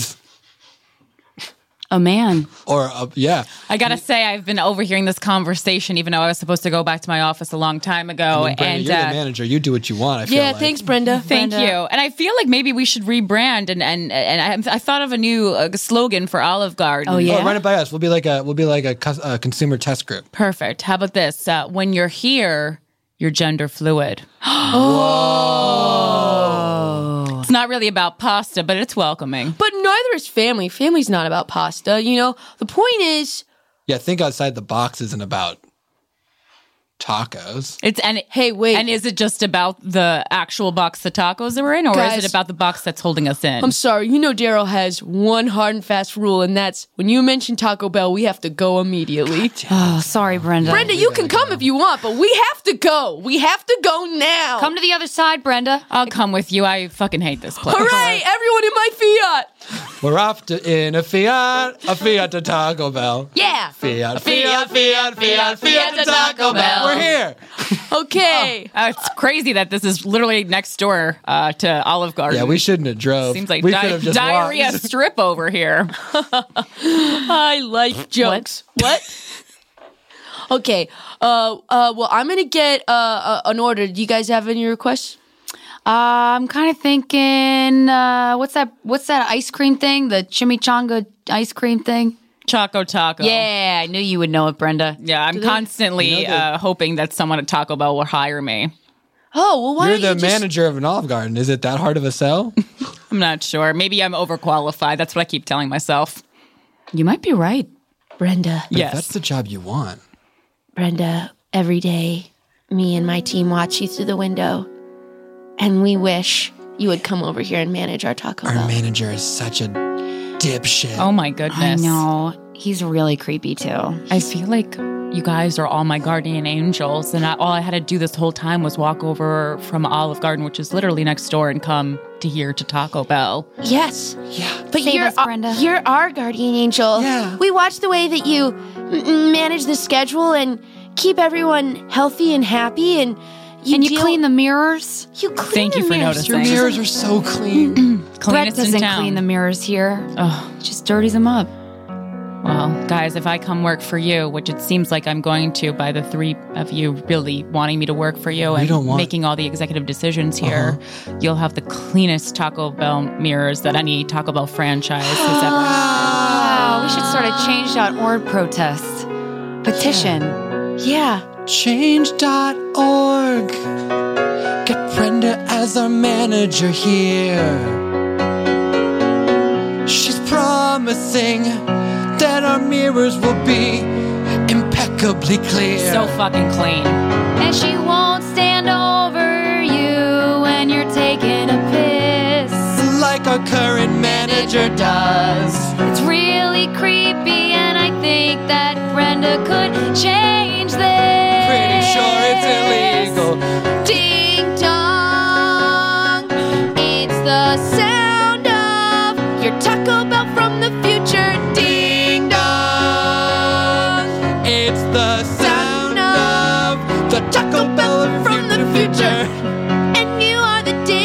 Oh, a man. or a, yeah. I gotta say, I've been overhearing this conversation, even though I was supposed to go back to my office a long time Oh, ago. I mean, Brenda, and you're uh, the manager. You do what you want. I feel like. Brenda. Thank Brenda. you. And I feel like maybe we should rebrand and and and I, I thought of a new uh, slogan for Olive Oh, Garden. run it by us. We'll be like a we'll be like a, cus- a consumer test group. Perfect. How about this? Uh, when you're here, you're gender fluid. Whoa. It's not really about pasta, but it's welcoming. But neither is family. Family's not about pasta. You know, the point is, Yeah, think outside the box isn't about tacos. It's and hey wait, and is it just about the actual box the tacos that we're in, or Guys. is it about the box that's holding us in? I'm sorry, you know Daryl has one hard and fast rule, and that's when you mention Taco Bell, we have to go immediately. Oh, sorry, Brenda. Brenda, you can come if you want, but we have to go. We have to go now. Come to the other side, Brenda. I'll come with you. I fucking hate this place. Hooray, everyone in my Fiat. We're off to in a Fiat, a Fiat to Taco Bell. Yeah. Fiat, Fiat, Fiat, Fiat, Fiat to Taco Bell. We're here. Okay. Uh, it's crazy that this is literally next door uh, to Olive Garden. Yeah, we shouldn't have drove. Seems like we di- could have just diarrhea walked. strip over here. Oh. I like jokes. What? okay. Uh, uh, well, I'm gonna get uh, uh, an order. Do you guys have any requests? Uh, I'm kind of thinking, uh, what's that? What's that ice cream thing? The chimichanga ice cream thing? Choco Taco. Yeah, I knew you would know it, Brenda. Yeah, I'm constantly You know the- uh, hoping that someone at Taco Bell will hire me. Oh well, why You're don't the you just- manager of an Olive Garden. Is it that hard of a sell? I'm not sure. Maybe I'm overqualified. That's what I keep telling myself. You might be right. Brenda? But if Yes. that's the job you want. Brenda, every day, me and my team watch you through the window, and we wish you would come over here and manage our Taco Our Bell. manager is such a dipshit. Oh my goodness. I know. He's really creepy too. I feel like you guys are all my guardian angels, and I, all I had to do this whole time was walk over from Olive Garden, which is literally next door, and come to here to Taco Bell. Yes, Yeah. but Save you're us, our- Brenda. you're our guardian angel. Yeah. We watch the way that you m- m- manage the schedule and keep everyone healthy and happy, and you and you deal- clean the mirrors. You clean Thank the you for mirrors. noticing. Your mirrors are so clean. Brett Cleanest in doesn't town. clean the mirrors here. Oh, He just dirties them up. well, guys, if I come work for you, which it seems like I'm going to by the three of you really wanting me to work for you and don't want- Uh-huh. making all the executive decisions here, you'll have the cleanest Taco Bell mirrors that any Taco Bell franchise has ever Wow, we should start a change.org protest. Petition. Yeah. Change.org. Get Brenda as our manager here. She's promising that our mirrors will be impeccably clear. So fucking clean. And she won't stand over you when you're taking a piss. like our current manager does. It's really creepy, and I think that Brenda could change this. Pretty sure it's illegal. Ding dong. It's the sound of your Taco Bell from the future. Ding dong. It's the sound of the Taco Bell From the future. And you are the ding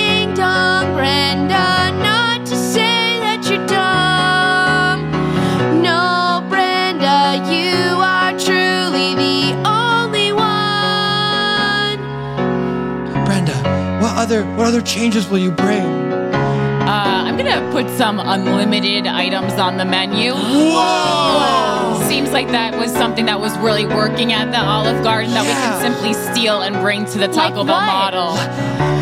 Brenda, what other what other changes will you bring? Uh, I'm gonna put some unlimited items on the menu. Whoa! Seems like that was something that was really working at the Olive Garden that we can simply steal and bring to the Taco Bell model.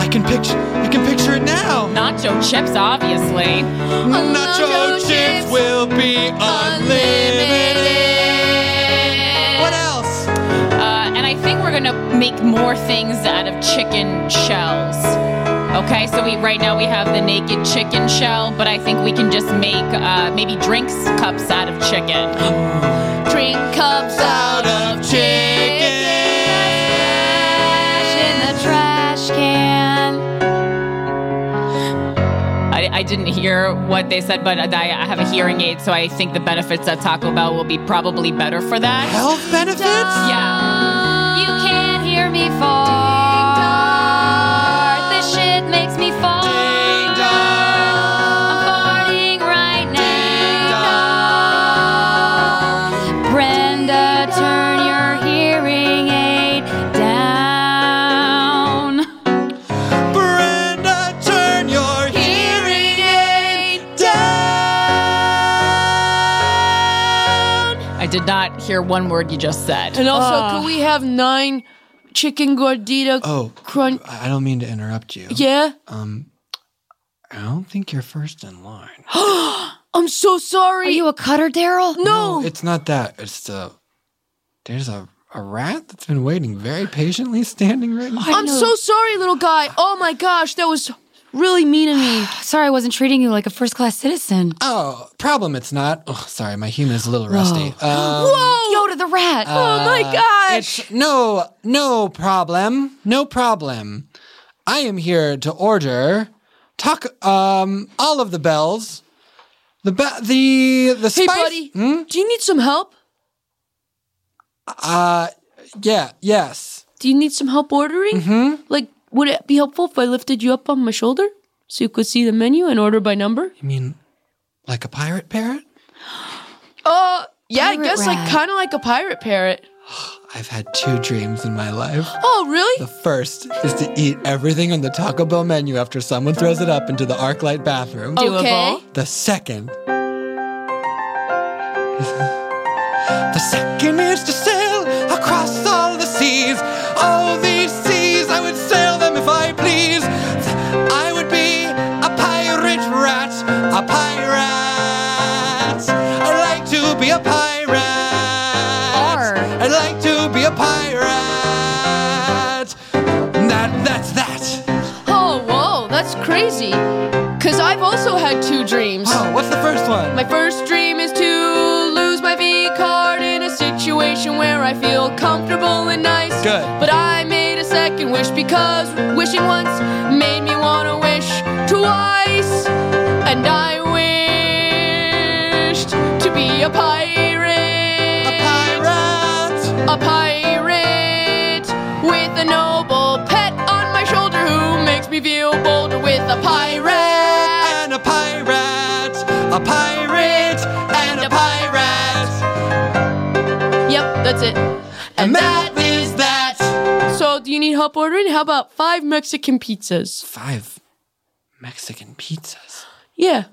I can picture I can picture it now. Nacho chips, obviously. Nacho chips will be unlimited. What else? Uh, and I think we're gonna make more things out of chicken shells. Okay, so we right now we have the naked chicken shell, but I think we can just make uh, maybe drinks cups out of chicken. Drink cups out of in the trash can. I, I didn't hear what they said, but I, I have a hearing aid, so I think the benefits at Taco Bell will be probably better for that. Health benefits? Yeah. You can't hear me fart. This shit makes me fart. I'm farting right now. Brenda, turn your hearing aid down. Brenda, turn your hearing aid down. I did not hear one word you just said. And also, could we have nine chicken gordita? Oh, crunch. I I don't mean to interrupt you. Yeah. Um, I don't think you're first in line. I'm so sorry. Are you a cutter, Daryl? No. Oh, It's not that. It's the there's a a rat that's been waiting very patiently, standing right. now. I'm so sorry, little guy. Oh my gosh, that was really mean of me. Sorry, I wasn't treating you like a first class citizen. Oh, problem. It's not. Oh, sorry, my human is a little rusty. Um, Yoda the rat. Oh, Uh, It's no, no problem. No problem. I am here to order talk um all of the bells. The ba- the the Hey, spice- buddy, Hmm? do you need some help? Uh yeah, yes. Do you need some help ordering? Mm-hmm. Like, would it be helpful if I lifted you up on my shoulder so you could see the menu and order by number? You mean like a pirate parrot? Uh, yeah, Pirate I guess like rat. kind of like a pirate parrot. I've had two dreams in my life. Oh, really? The first is to eat everything on the Taco Bell menu after someone throws it up into the ArcLight bathroom. Oh, Okay. The second. the second is to sail across all the seas. All these seas, I would sail them if I please. I would be a pirate rat, a pirate. I'd like to be a pirate. I'd like to be a pirate. That, that's that. Oh, whoa, that's crazy. Cause I've also had two dreams. Oh, what's the first one? My first dream is to lose my V card in a situation where I feel comfortable and nice. Good. But I made a second wish because wishing once made me want to wish twice. And I wished to be a pirate. A pirate. A pirate with a noble pet on my shoulder who makes me feel bolder with a pirate. and a pirate, a pirate and a pirate. Yep, that's it. And that is that. So, do you need help ordering? How about five Mexican pizzas? Five Mexican pizzas. Yeah.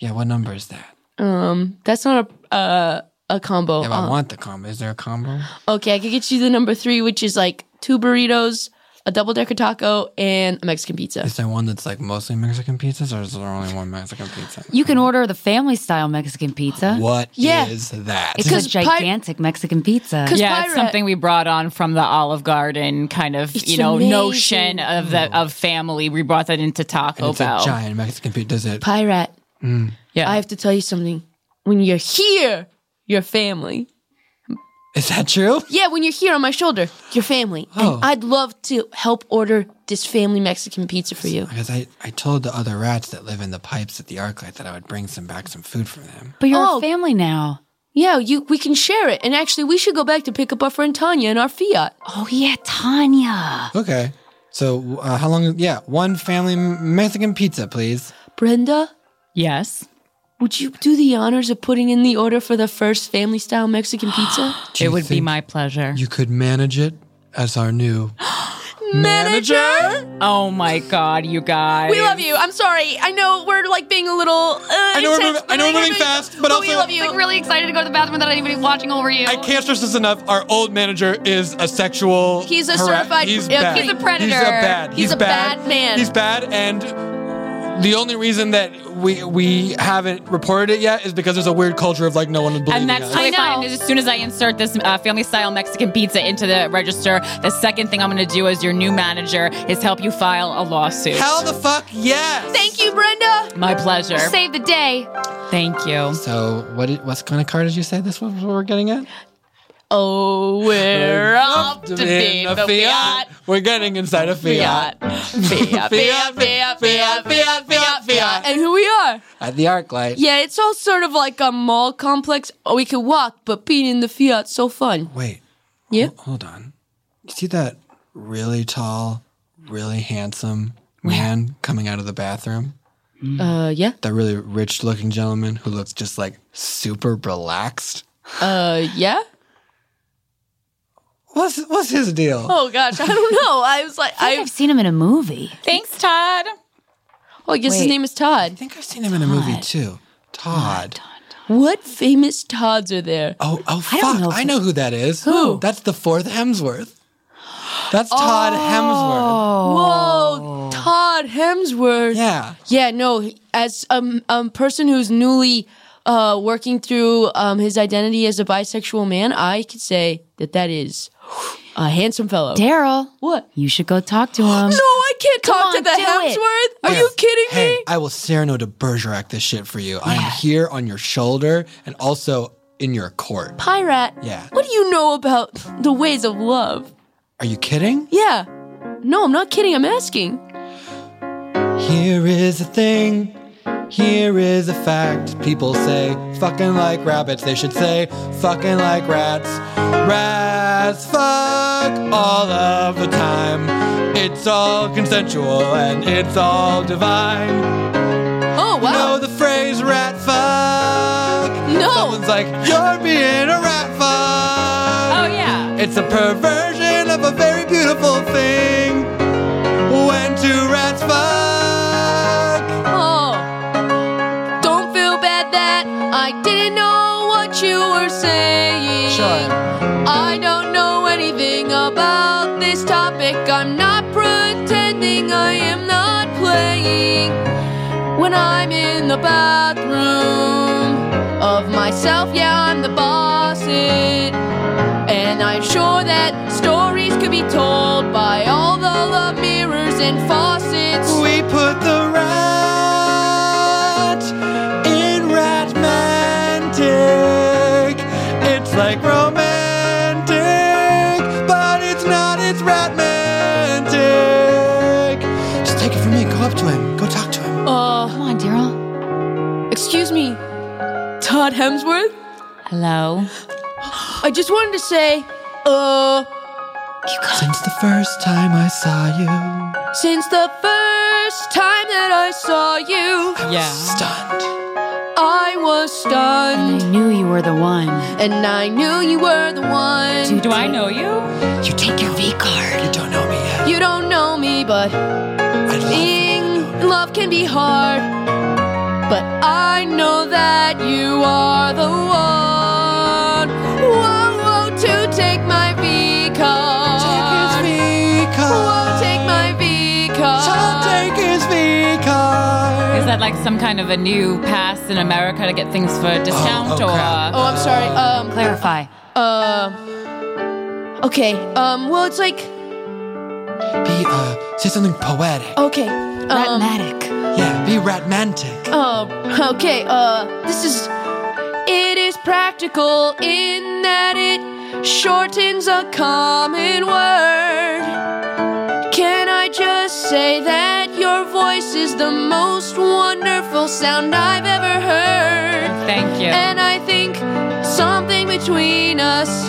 Yeah, what number is that? Um, that's not a uh, a combo. If I want the combo, is there a combo? Uh, okay, I could get you the number three, which is like two burritos, a double decker taco, and a Mexican pizza. Is there one that's like mostly Mexican pizzas, or is there only one Mexican pizza? You can order the family style Mexican pizza. What is Yeah. that? It's a Because pi- gigantic Mexican pizza. 'Cause Yeah, it's pirate- something we brought on from the Olive Garden kind of It's you know amazing. notion of the of family. We brought that into And Taco it's Bell. a giant Mexican pizza. Does it? Pirate, Mm. yeah, I have to tell you something. When you're here, you're family. Is that true? Yeah, when you're here on my shoulder, you're family. Oh. And I'd love to help order this family Mexican pizza for you. Because I, I told the other rats that live in the pipes at the ArcLight that I would bring some back some food for them. but you're Oh. a family now. Yeah, you we can share it. And actually, we should go back to pick up our friend Tanya in our Fiat. Oh yeah, Tanya. Okay. So uh, how long? Yeah, one family Mexican pizza, please. Brenda, yes. would you do the honors of putting in the order for the first family style Mexican pizza? Do you it would be think my pleasure. You could manage it as our new manager? Oh my god, you guys. We love you. I'm sorry. I know we're like being a little. Uh, I know we're moving- I know we're moving fast, but we also- love you. Like really excited to go to the bathroom without anybody watching over you. I can't stress this enough. Our old manager is a sexual. He's a harass- certified- He's, yeah, bad. he's a predator. He's a bad. He's a bad. bad man. He's bad, and the only reason that we we haven't reported it yet is because there's a weird culture of like no one believes. And that's totally fine. As soon as I insert this uh, family style Mexican pizza into the register, the second thing I'm going to do as your new manager is help you file a lawsuit. How the fuck? Yes. Thank you, Brenda. My pleasure. Save the day. Thank you. So what? Did, what kind of car did you say this was? What we're getting at? Oh, we're off to be the Fiat. We're getting inside a Fiat. Fiat, Fiat, Fiat, Fiat, Fiat, Fiat, Fiat. And who we are. At the arc light. Yeah, it's all sort of like a mall complex. Oh, we could walk, but being in the Fiat's so fun. Wait. Yeah? Hold on. You see that really tall, really handsome man coming out of the bathroom? Uh, yeah. That really rich looking gentleman who looks just like super relaxed. Uh, yeah? What's what's his deal? Oh, gosh. I don't know. I was like, I I. think I've seen him in a movie. Thanks, Todd. Oh, I guess his Wait. name is Todd. I think I've seen him in a movie too. Todd. What famous Todds are there? Oh, oh fuck. I, know who that is. Who? That's the fourth Hemsworth. That's Todd Oh. Whoa, Hemsworth. Todd Hemsworth. Oh. Yeah. Yeah, no, he- as a um, um, person who's newly uh, working through um, his identity as a bisexual man, I could say that that is a handsome fellow. Um, Daryl. What? You should go talk to him. No, I can't Come talk to on, the do it. Hemsworth. Are you kidding me? Hey, I will Cyrano de Bergerac this shit for you. I am here on your shoulder and also in your court. Pirate. Yeah. What do you know about the ways of love? Are you kidding? Yeah. No, I'm not kidding. I'm asking. Here is a thing. Here is a fact. People say, fucking like rabbits. They should say, fucking like rats. Rats fuck all of the time. It's all consensual and it's all divine. Oh, wow. You know the phrase rat fuck? No. Someone's like, you're being a rat fuck. Oh, yeah. It's a perversion of a very beautiful thing. When two rats fuck. Oh, don't feel bad that I didn't know what you were saying. I don't know anything about this topic. I'm not pretending I am not playing. When I'm in the bathroom of myself, yeah, I'm the boss. It. And I'm sure that stories could be told by all the love mirrors and faucets. We put the rat in Ratmantic. It's like romantic, but it's not, it's Ratmantic. Just take it from me, go up to him, go talk to him. Uh, Come on, Daryl. excuse me, Todd Hemsworth? Hello. I just wanted to say, uh, Since the first time I saw you, since the first time that I saw you, Yeah. stunned. I was I stunned. knew you were the one. And I knew you were the one. Do I know you? You take your V card. You don't know me yet. You don't know me, but I love being in love can be hard. But I know that you are the one. Whoa, whoa, to take my V card. Take his V Whoa, card. take my V I'll card. take his V Is card. that like some kind of a new pass in America to get things for a discount oh, or? crap. Oh, I'm sorry. Um, Clarify. Uh, okay. Um, well, it's like Be uh, say something poetic. okay. Um, Ratmatic. Yeah, be ratmantic. uh, okay. Uh, this is. It is practical in that it shortens a common word. Can I just say that your voice is the most wonderful sound I've ever heard? Thank you. And I think something between us,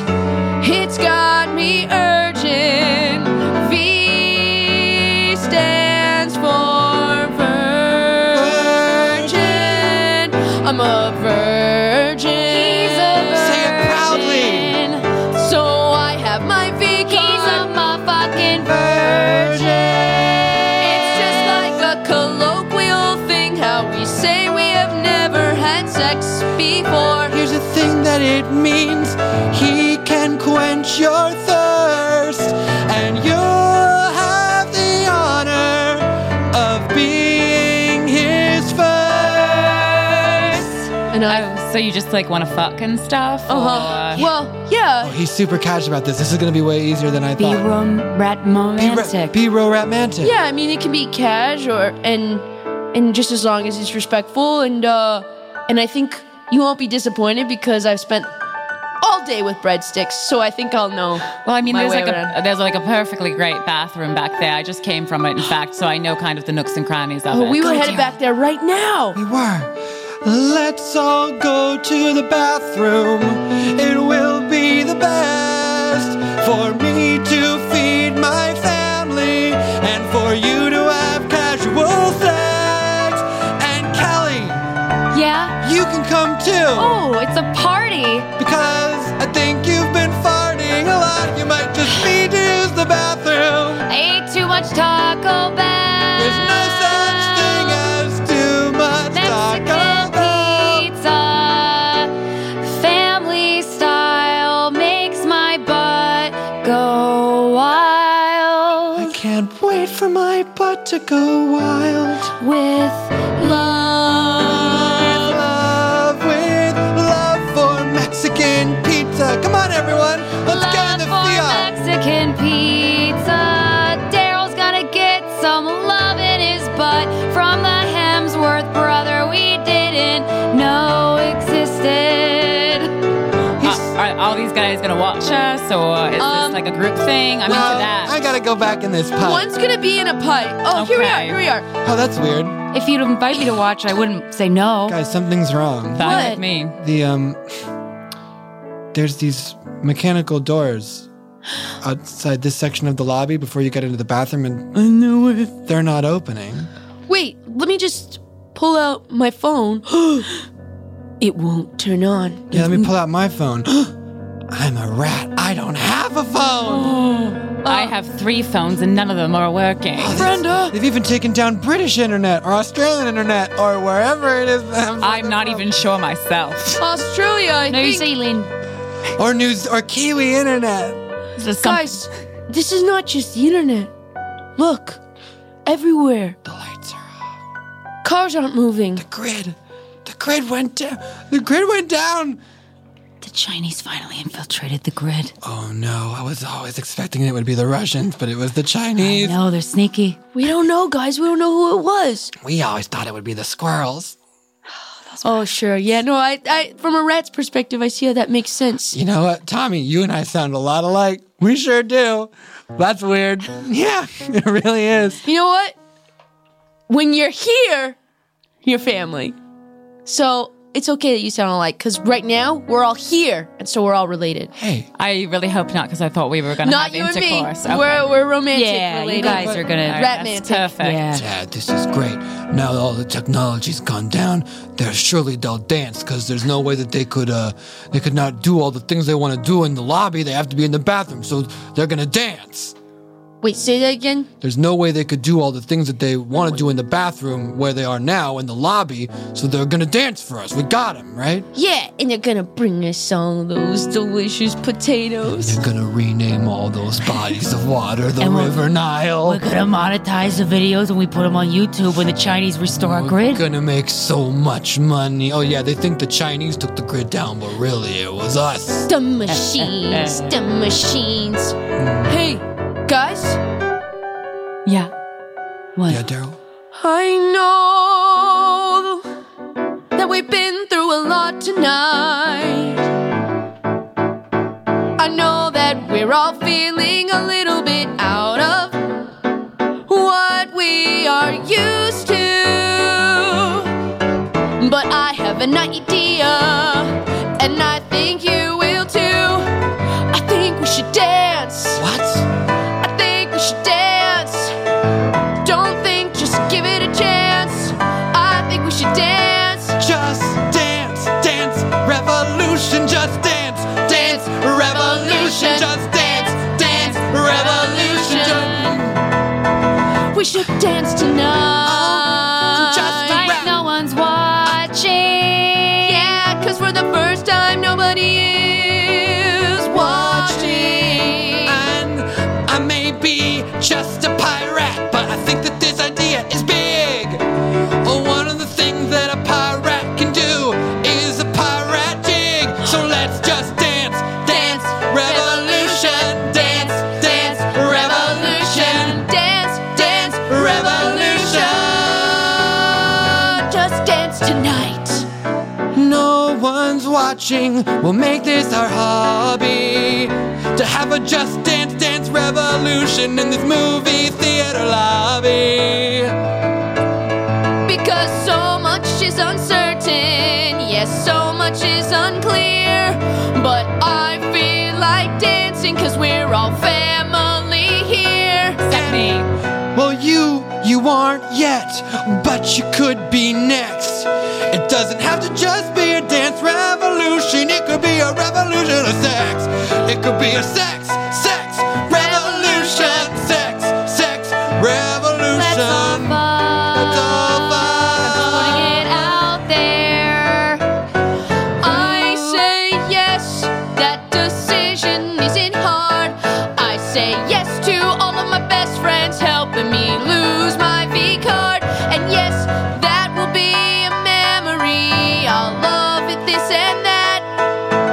it's got me urging. V stands for virgin. I'm a virgin. He's a Say it proudly. So I have my V He's a card. motherfucking sex before. Here's the thing that it means He can quench your thirst, and you'll have the honor of being His first. And I. So you just like want to fuck and stuff? Oh, Uh-huh. Well, yeah. Oh, He's super cash about this. This is going to be way easier than I thought. romantic. Oh. Be real romantic. Yeah, I mean it can be cash or and and just as long as it's respectful and uh and I think you won't be disappointed because I've spent all day with breadsticks, so I think I'll know. Well, I mean, my there's way like around. a there's like a perfectly great bathroom back there. I just came from it, in fact, so I know kind of the nooks and crannies of Oh, it. we were headed back there right now. We were. Let's all go to the bathroom. It will be the best for me to feed my family and for you to have casual sex. And Kelly, Yeah? you can come too. Oh, it's a party. Because I think you've been farting a lot. You might just need to use the bathroom. I ate too much Taco Bell. There's no such thing as too much Taco Bell. pizza. Family style makes my butt go wild. I can't wait for my butt to go wild. With love. love with love for Mexican pizza. Come on, everyone. Let's get in the for fiat. Mexican pizza. Daryl's gonna get some love in his butt from the Hemsworth brother we didn't know existed. Uh, are all these guys gonna watch us, or is Um, this like a group thing? I'm Well, into that. I gotta go back in this pot. One's gonna be in a pipe. Oh, here we are. Okay. Here we are. Oh, that's weird. If you'd invite me to watch, I wouldn't say no. Guys, something's wrong. Fine What? with me. The um, there's these mechanical doors outside this section of the lobby before you get into the bathroom, and I know if they're not opening. Wait, let me just pull out my phone. it won't turn on. Yeah, let me pull out my phone. I'm a rat. I don't have a phone. I have three phones and none of them are working. Oh, Brenda. They've even taken down British internet or Australian internet or wherever it is. that I'm I'm not even sure myself. Australia, I New think. Zealand. or news or Kiwi internet. This is some- Guys, this is not just the internet. Look, everywhere. The lights are off. Cars aren't moving. Grid. The grid went down. The grid went down. The Chinese finally infiltrated the grid. Oh no, I was always expecting it would be the Russians, but it was the I Chinese. know, they're sneaky. We don't know, guys. We don't know who it was. We always thought it would be the squirrels. Oh, sure. Yeah, no, I, I, from a rat's perspective, I see how that makes sense. You know what, Tommy, you and I sound a lot alike. We sure do. That's weird. Yeah, it really is. You know what? When you're here, you're family. So it's okay that you sound alike, because right now we're all here, and so we're all related. Hey, I really hope not because I thought we were gonna Not have you and me. intercourse. Okay. We're we're romantic. Yeah, you related. guys are gonna- All right, Ratman. that's perfect. Yeah. Dad, this is great. Now that all the technology's gone down, they're surely they'll dance because there's no way that they could uh they could not do all the things they want to do in the lobby. They have to be in the bathroom, so they're gonna dance. Wait, say that again. There's no way they could do all the things that they want to do in the bathroom where they are now in the lobby, so they're gonna dance for us. We got 'em, right? Yeah, and they're gonna bring us all those delicious potatoes. They're gonna rename all those bodies of water the And we'll- River Nile. We're gonna monetize the videos and we put them on YouTube when the Chinese restore our We're grid. gonna make so much money. Oh yeah, they think the Chinese took the grid down, but really it was us. The machines, the machines. Hey, guys. Yeah. What? Yeah, Daryl. I know that we've been through a lot tonight. I know that we're all feeling a little bit out of what we are used to. But I have an idea, and I think you will too. I think we should dance. What? I think we should dance. Don't think, just give it a chance. I think we should dance. Just dance, dance, revolution, just dance, dance, revolution, just dance, dance, revolution, just, We should dance tonight. just Like rap. no one's watching. Oh, watching. We'll make this our hobby. To have a just dance, dance revolution in this movie theater lobby. Because so much is uncertain, yes, so much is unclear. But I feel like dancing, cause we're all family here. Well, you, you aren't yet, but you could be next. It doesn't have to just be a dance revolution, it could be a revolution of sex. It could be a sex, sex, revolution, sex, sex, revolution. That's all fun. Get out there. I say yes, that decision isn't hard. I say yes to all of my best friends helping me lose my V card. And yes, that will be a memory. I'll love it, this and that.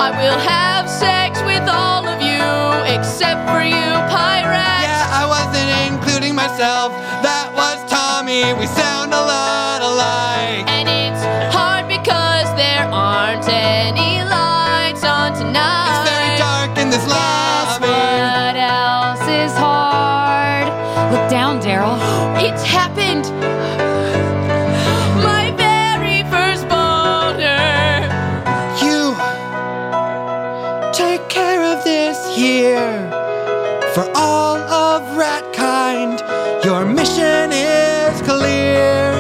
I will have sex with all of you except for you, pirates. Yeah, I wasn't including myself, that was Tommy. We sound a lot alike. And it's hard because there aren't any lights on tonight. It's very dark in this lobby. What else is hard? Look down, Daryl. It's happened. My very first boner. You take care of this year for all of rat kind. Your mission is clear.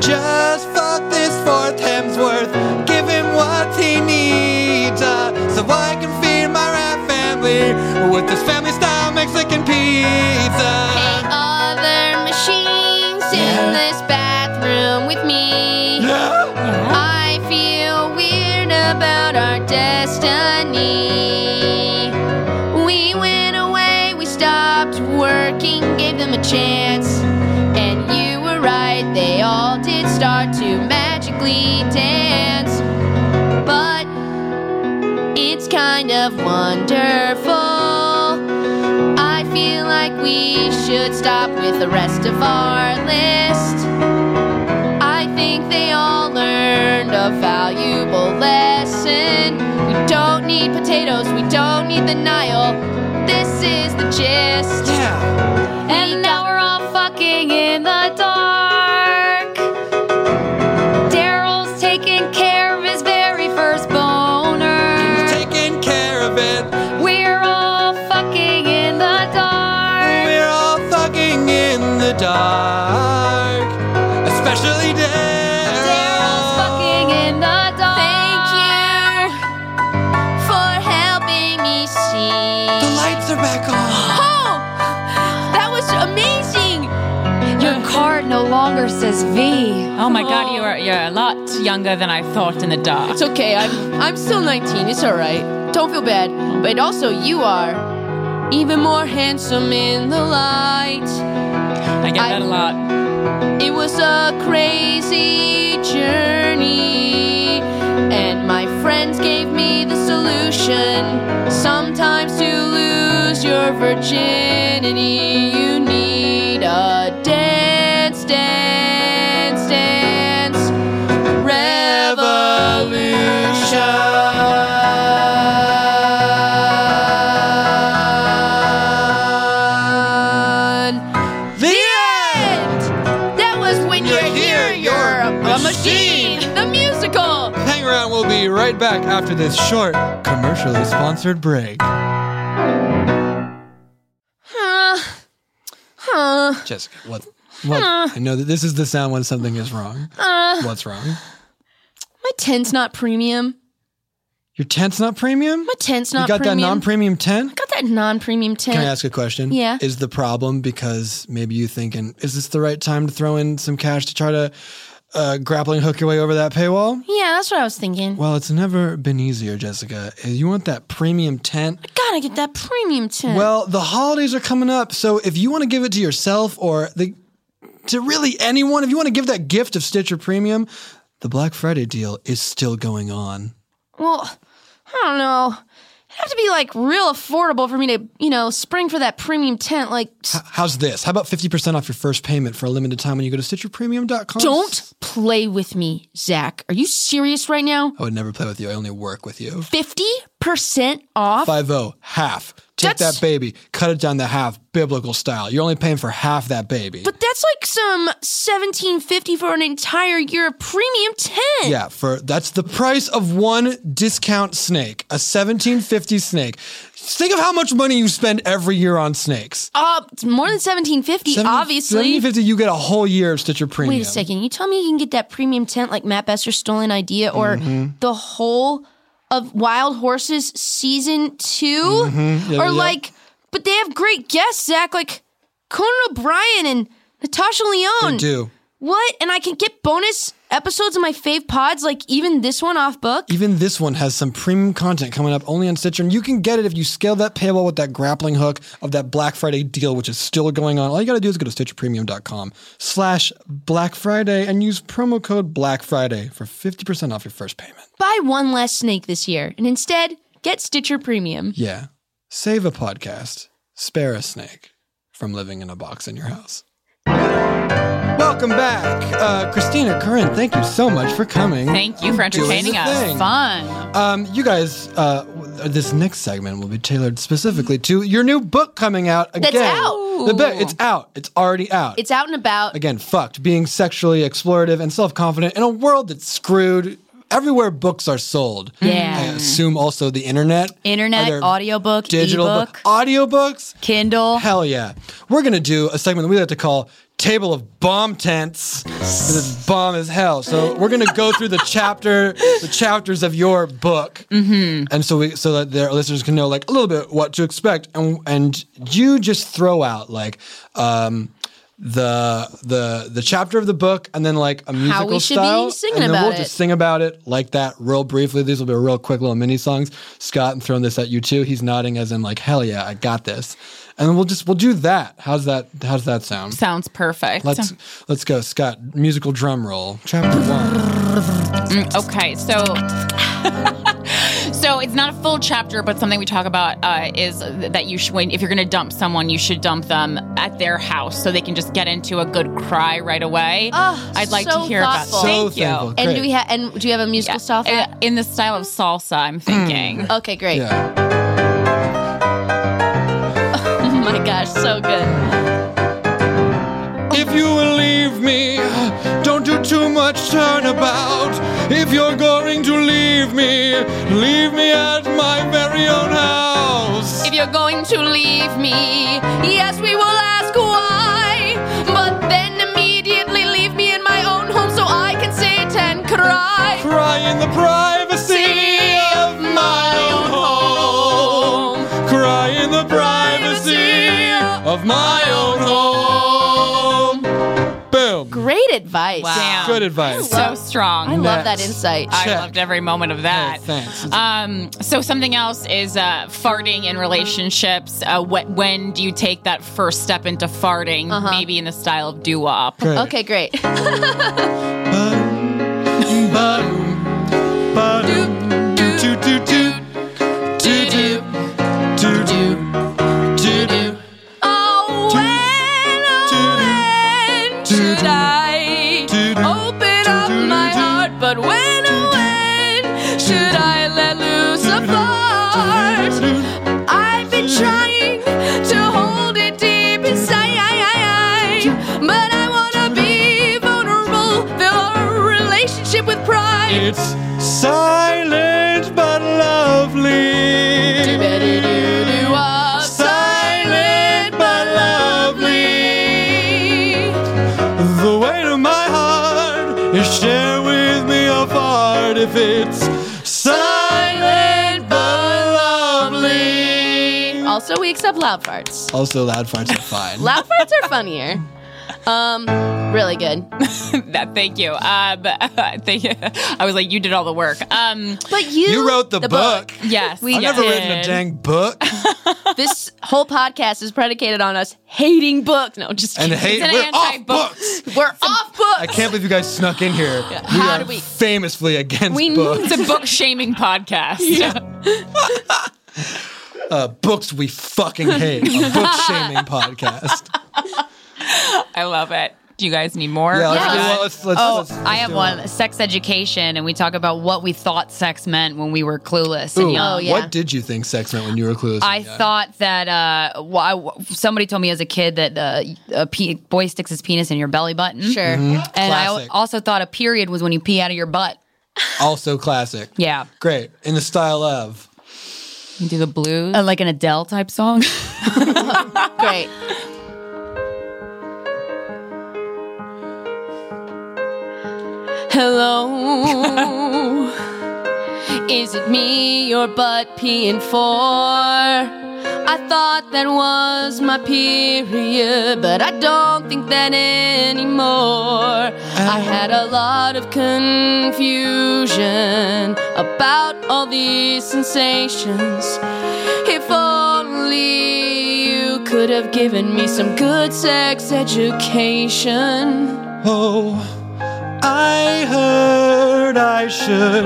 Just fuck this fourth Hemsworth, give him what he needs, uh, so I can feed my rat family with this family style Mexican pizza. Other machines in this bathroom with me. I feel weird about our destiny. We went away, we stopped working, gave them a chance. And you were right, they all did start to magically dance. But it's kind of wonderful. I feel like we should stop with the rest of our list. I think they all learned a valuable lesson. We don't need potatoes, we don't need the Nile. This is the gist. And now we're all fucking in the dark. Daryl's taking care of his very first boner. Taking care of it, We're all fucking in the dark. we're all fucking in the dark, especially Daryl's Fucking in the dark. Thank you for helping me see. The lights are back on. Oh, that was amazing. Your card no longer says V. Oh my god, you are you're a lot younger than I thought in the dark. It's okay. I'm I'm still 19. It's all right. Don't feel bad. But also, you are even more handsome in the light. I get I- that a lot. It was a crazy journey, and my friends gave me the solution. Sometimes to lose your virginity, you need a dance, dance, dance revolution. The end! That was when you're, here, you're a machine. The musical. Hang around, we'll be right back after this short, commercially sponsored break. Huh. Huh. Jessica, what? what I know that this is the sound when something is wrong. Uh. What's wrong? My tent's not premium. Your tent's not premium? My tent's You not got premium. that non premium tent? got that non-premium tent. Can I ask a question? Yeah. Is the problem because maybe you thinking, is this the right time to throw in some cash to try to uh, grappling hook your way over that paywall? yeah, that's what I was thinking. Well, it's never been easier, Jessica. Eh, You want that premium tent? Gotta get that premium tent. Well, the holidays are coming up, so if you want to give it to yourself or the to really anyone, if you want to give that gift of Stitcher Premium, the Black Friday deal is still going on. well, I don't know. have to be like real affordable for me to, you know, spring for that premium tent. Like, H- how's this? How about 50% off your first payment for a limited time when you go to StitcherPremium.com? don't play with me, Zach. Are you serious right now? I would never play with you. I only work with you. 50% off? Five oh half. Take that baby, cut it down to half, biblical style. You're only paying for half that baby. But that's like some 1750 for an entire year of premium tent. yeah, for that's the price of one discount snake, a seventeen fifty snake. Think of how much money you spend every year on snakes. Uh, it's more than 1750, obviously. seventeen fifty. You get a whole year of Stitcher Premium. Wait a second. You tell me you can get that premium tent like Matt Besser's stolen idea or Mhm. the whole of Wild Horses season 2 Mhm. Yeah, or yeah. like, but they have great guests, Zach, like Conan O'Brien and Natasha Leone. They do. What? And I can get bonus episodes of my fave pods, like even this one off book. Even this one has some premium content coming up only on Stitcher, and you can get it if you scale that paywall with that grappling hook of that Black Friday deal, which is still going on. All you got to do is go to stitcherpremium.com slash Black Friday and use promo code Black Friday for 50% off your first payment. Buy one less snake this year and instead get Stitcher Premium. Yeah. Save a podcast. Spare a snake from living in a box in your house. Welcome back. Uh, Christina Curran, thank you so much for coming. Thank you for Doing the entertaining us. thing. Fun. Um, you guys, uh, w- this next segment will be tailored specifically to your new book coming out again. That's out. The book, it's out. It's already out. It's out and about. again, fucked. Being sexually explorative and self confident in a world that's screwed. Everywhere books are sold. Yeah. I assume also the internet. Are Internet, there audiobook, digital ebook. book, audiobooks, Kindle. Hell yeah. We're going to do a segment that we like to call Table of Bomb Tents. 'cause It's bomb as hell. So we're going to go through the chapter, the chapters of your book. Mm-hmm. And so we so that their listeners can know like a little bit what to expect. And and you just throw out like um the the the chapter of the book and then like a musical we should be style singing and then about we'll it. just sing about it like that real briefly these will be real quick little mini songs scott i'm throwing this at you too he's nodding as in like hell yeah i got this and then we'll just we'll do that how's that how's that sound Sounds perfect. let's let's go scott musical drum roll chapter one Mm, okay, so so it's not a full chapter, but something we talk about uh, is that you should, when, if you're going to dump someone, you should dump them at their house so they can just get into a good cry right away. I'd like so to hear thoughtful. about. Thank you. And do we have and do you have a musical style for that? in the style of salsa? I'm thinking. Okay, great. Oh my gosh, so good. If you will leave me, don't do too much turnabout. If you're going to leave me, leave me at my very own house. If you're going to leave me, yes, we will ask why. But then immediately leave me in my own home so I can sit and cry. Cry in the privacy of my own home. Cry in the privacy of my own home. Boom. Great advice. Wow. Good advice. So strong. I love that Next. insight. I Check. loved every moment of that. thanks. Um, so something else is uh, farting in relationships. Uh, wh- when do you take that first step into farting? Uh-huh. Maybe in the style of doo wop. Great. Okay, great. Ba-doom, ba-doom, do-do-do, do-do, do-do, do-do. Oh, when, oh, when should I open up my heart? But when, oh, when should I let loose a fart? I've been trying to hold it deep inside, but I wanna be vulnerable, fill a relationship with pride. It's silent but lovely. Silent but lovely. The way to my heart is share with me a fart if it's silent but lovely. Also, we accept loud farts. Also, loud farts are fine. Loud farts are funnier. Um, really good. that, thank you. Um, thank you. I was like, you did all the work. Um, but you, You wrote the the book. book. Yes, We I've never did. written a dang book. This whole podcast is predicated on us hating book. No, just And kidding. hate- oh, It's an we're off anti-book. We're off books. I can't believe you guys snuck in here. We How are do we- famously against we books. it's a book shaming podcast. Uh, books we fucking hate. A book shaming podcast. I love it. Do you guys need more? Yeah, let's- Yeah. well, let's- let's- oh, let's- let's I have do one. Sex education, and we talk about what we thought sex meant when we were clueless and Ooh, Oh, young. What did you think sex meant when you were clueless? I thought that uh, well, I w somebody told me as a kid that uh, a pe- boy sticks his penis in your belly button. Sure. Mhm. And I al- Classic. also thought a period was when you pee out of your butt. also classic. Yeah. Great. In the style of. You do the blues? Uh, like an Adele type song. Great. Hello. Is it me your butt peeing for? I thought that was my period, but I don't think that anymore. Uh. I had a lot of confusion about all these sensations. If only you could have given me some good sex education. Oh, I heard I should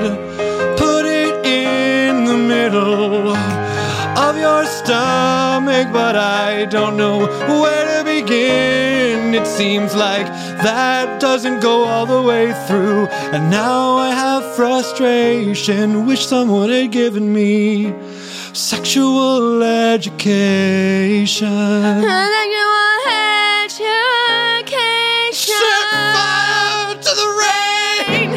put it in the middle of your stomach, but I don't know where to begin. It seems like that doesn't go all the way through, and now I have frustration. Wish someone had given me sexual education. Set fire to the rain.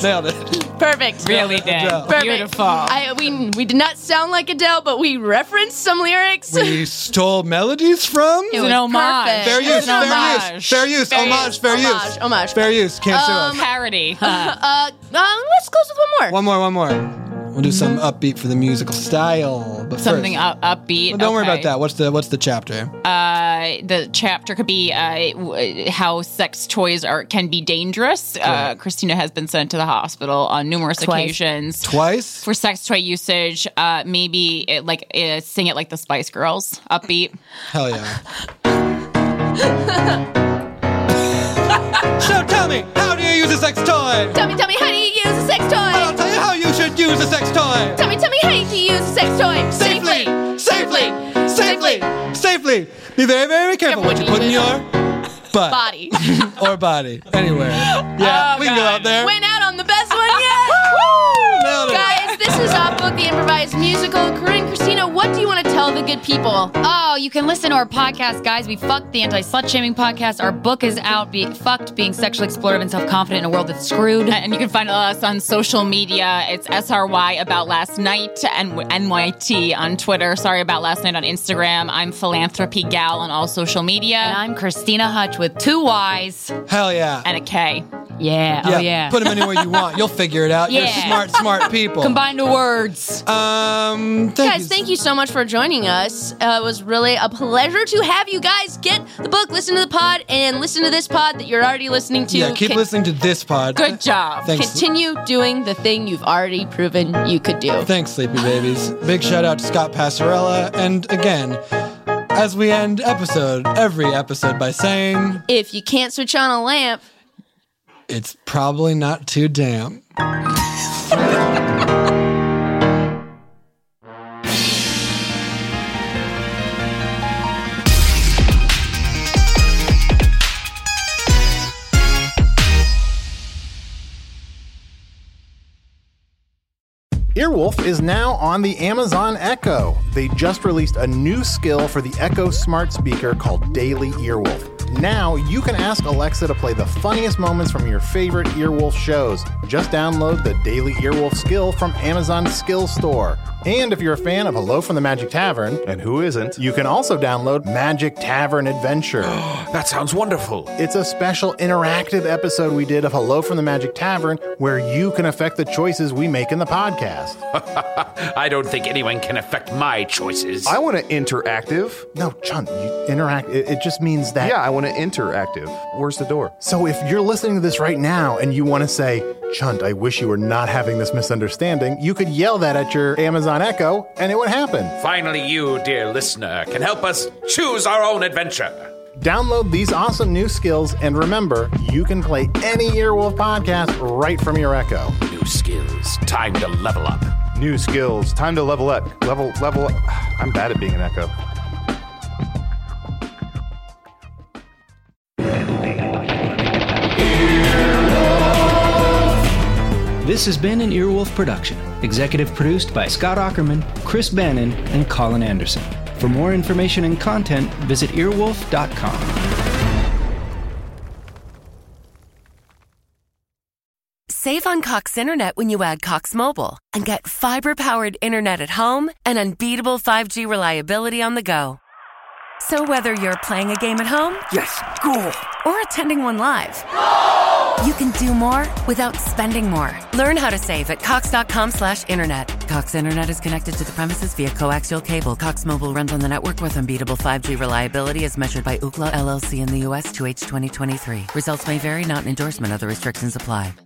Nailed it. Perfect. Really did. Perfect. Beautiful. I, we we did not sound like Adele, but we referenced some lyrics. we stole melodies from? It It's an was homage. perfect. Fair use, It's an fair homage. use, fair use, Fair homage, use, fair use. homage, homage. Fair use, can't sue Um, us. Parody. uh, uh, let's close with one more. One more, one more. We'll do some upbeat for the musical style. But Something first, up, upbeat. Well, don't worry Okay. about that. What's the what's the chapter? Uh, the chapter could be uh, w- how sex toys are can be dangerous. Uh, Christina has been sent to the hospital on numerous Twice. occasions Twice for sex toy usage. Uh, maybe it, like uh, sing it like the Spice Girls, upbeat. Hell yeah. so tell me, how do you use a sex toy? Tell me, tell me, how do you use a sex toy? I'll tell you how you should use a sex toy. Tell me, tell me, how do you use a sex toy? Safely, safely, safely, safely. Be very, very careful what you put in your butt body. or body, anywhere. Oh, Yeah, we can go out there. Went out on the best one yet. Nailed it. Guys, this is Off Book, the improvised musical. Corinne, Christina, what do you want to tell the good people? Oh, you can listen to our podcast, guys. We fucked the anti slut shaming podcast. Our book is out. Be fucked being sexually explorative and self confident in a world that's screwed. And you can find us on social media. It's SRY About Last Night and NYT on Twitter. Sorry About Last Night on Instagram. I'm Philanthropy Gal on all social media. And I'm Christina Hutch with two Y's Hell yeah. and a K. Yeah. Oh, yeah. Put them anywhere you want. You'll figure it out. You're Yeah. smart, smart people. Combine the words. Um, thank guys, thank you so much for joining us. Uh, it was really a pleasure to have you guys. Get the book, listen to the pod, and listen to this pod that you're already listening to. Yeah, keep Con- listening to this pod. Good job. Thanks. Continue doing the thing you've already proven you could do. Thanks, Sleepy Babies. Big shout out to Scott Passarella. And again, as we end episode, every episode by saying, If you can't switch on a lamp, it's probably not too damp. Earwolf is now on the Amazon Echo. They just released a new skill for the Echo smart speaker called Daily Earwolf. Now you can ask Alexa to play the funniest moments from your favorite Earwolf shows. Just download the Daily Earwolf skill from Amazon's Skill Store. And if you're a fan of Hello from the Magic Tavern, and who isn't, you can also download Magic Tavern Adventure. that sounds wonderful. It's a special interactive episode we did of Hello from the Magic Tavern where you can affect the choices we make in the podcast. I don't think anyone can affect my choices. I want to interactive. No, John, you interact. It, it just means that. Yeah, I want to interactive. Where's the door? So if you're listening to this right now and you want to say, Chunt, I wish you were not having this misunderstanding, you could yell that at your Amazon Echo and it would happen. Finally, you, dear listener, can help us choose our own adventure. Download these awesome new skills and remember, you can play any Earwolf podcast right from your Echo. New skills. Time to level up. New skills. Time to level up. Level, level. up. I'm bad at being an echo. This has been an Earwolf production, executive produced by Scott Ackerman, Chris Bannon, and Colin Anderson. For more information and content, visit earwolf.com. Save on Cox Internet when you add Cox Mobile and get fiber powered internet at home and unbeatable 5G reliability on the go. So, whether you're playing a game at home, yes, cool, or attending one live, you can do more without spending more. Learn how to save at Cox.com slash internet. Cox Internet is connected to the premises via coaxial cable. Cox Mobile runs on the network with unbeatable 5G reliability as measured by Ookla LLC in the US to H2023. Results may vary, not an endorsement. Other restrictions apply.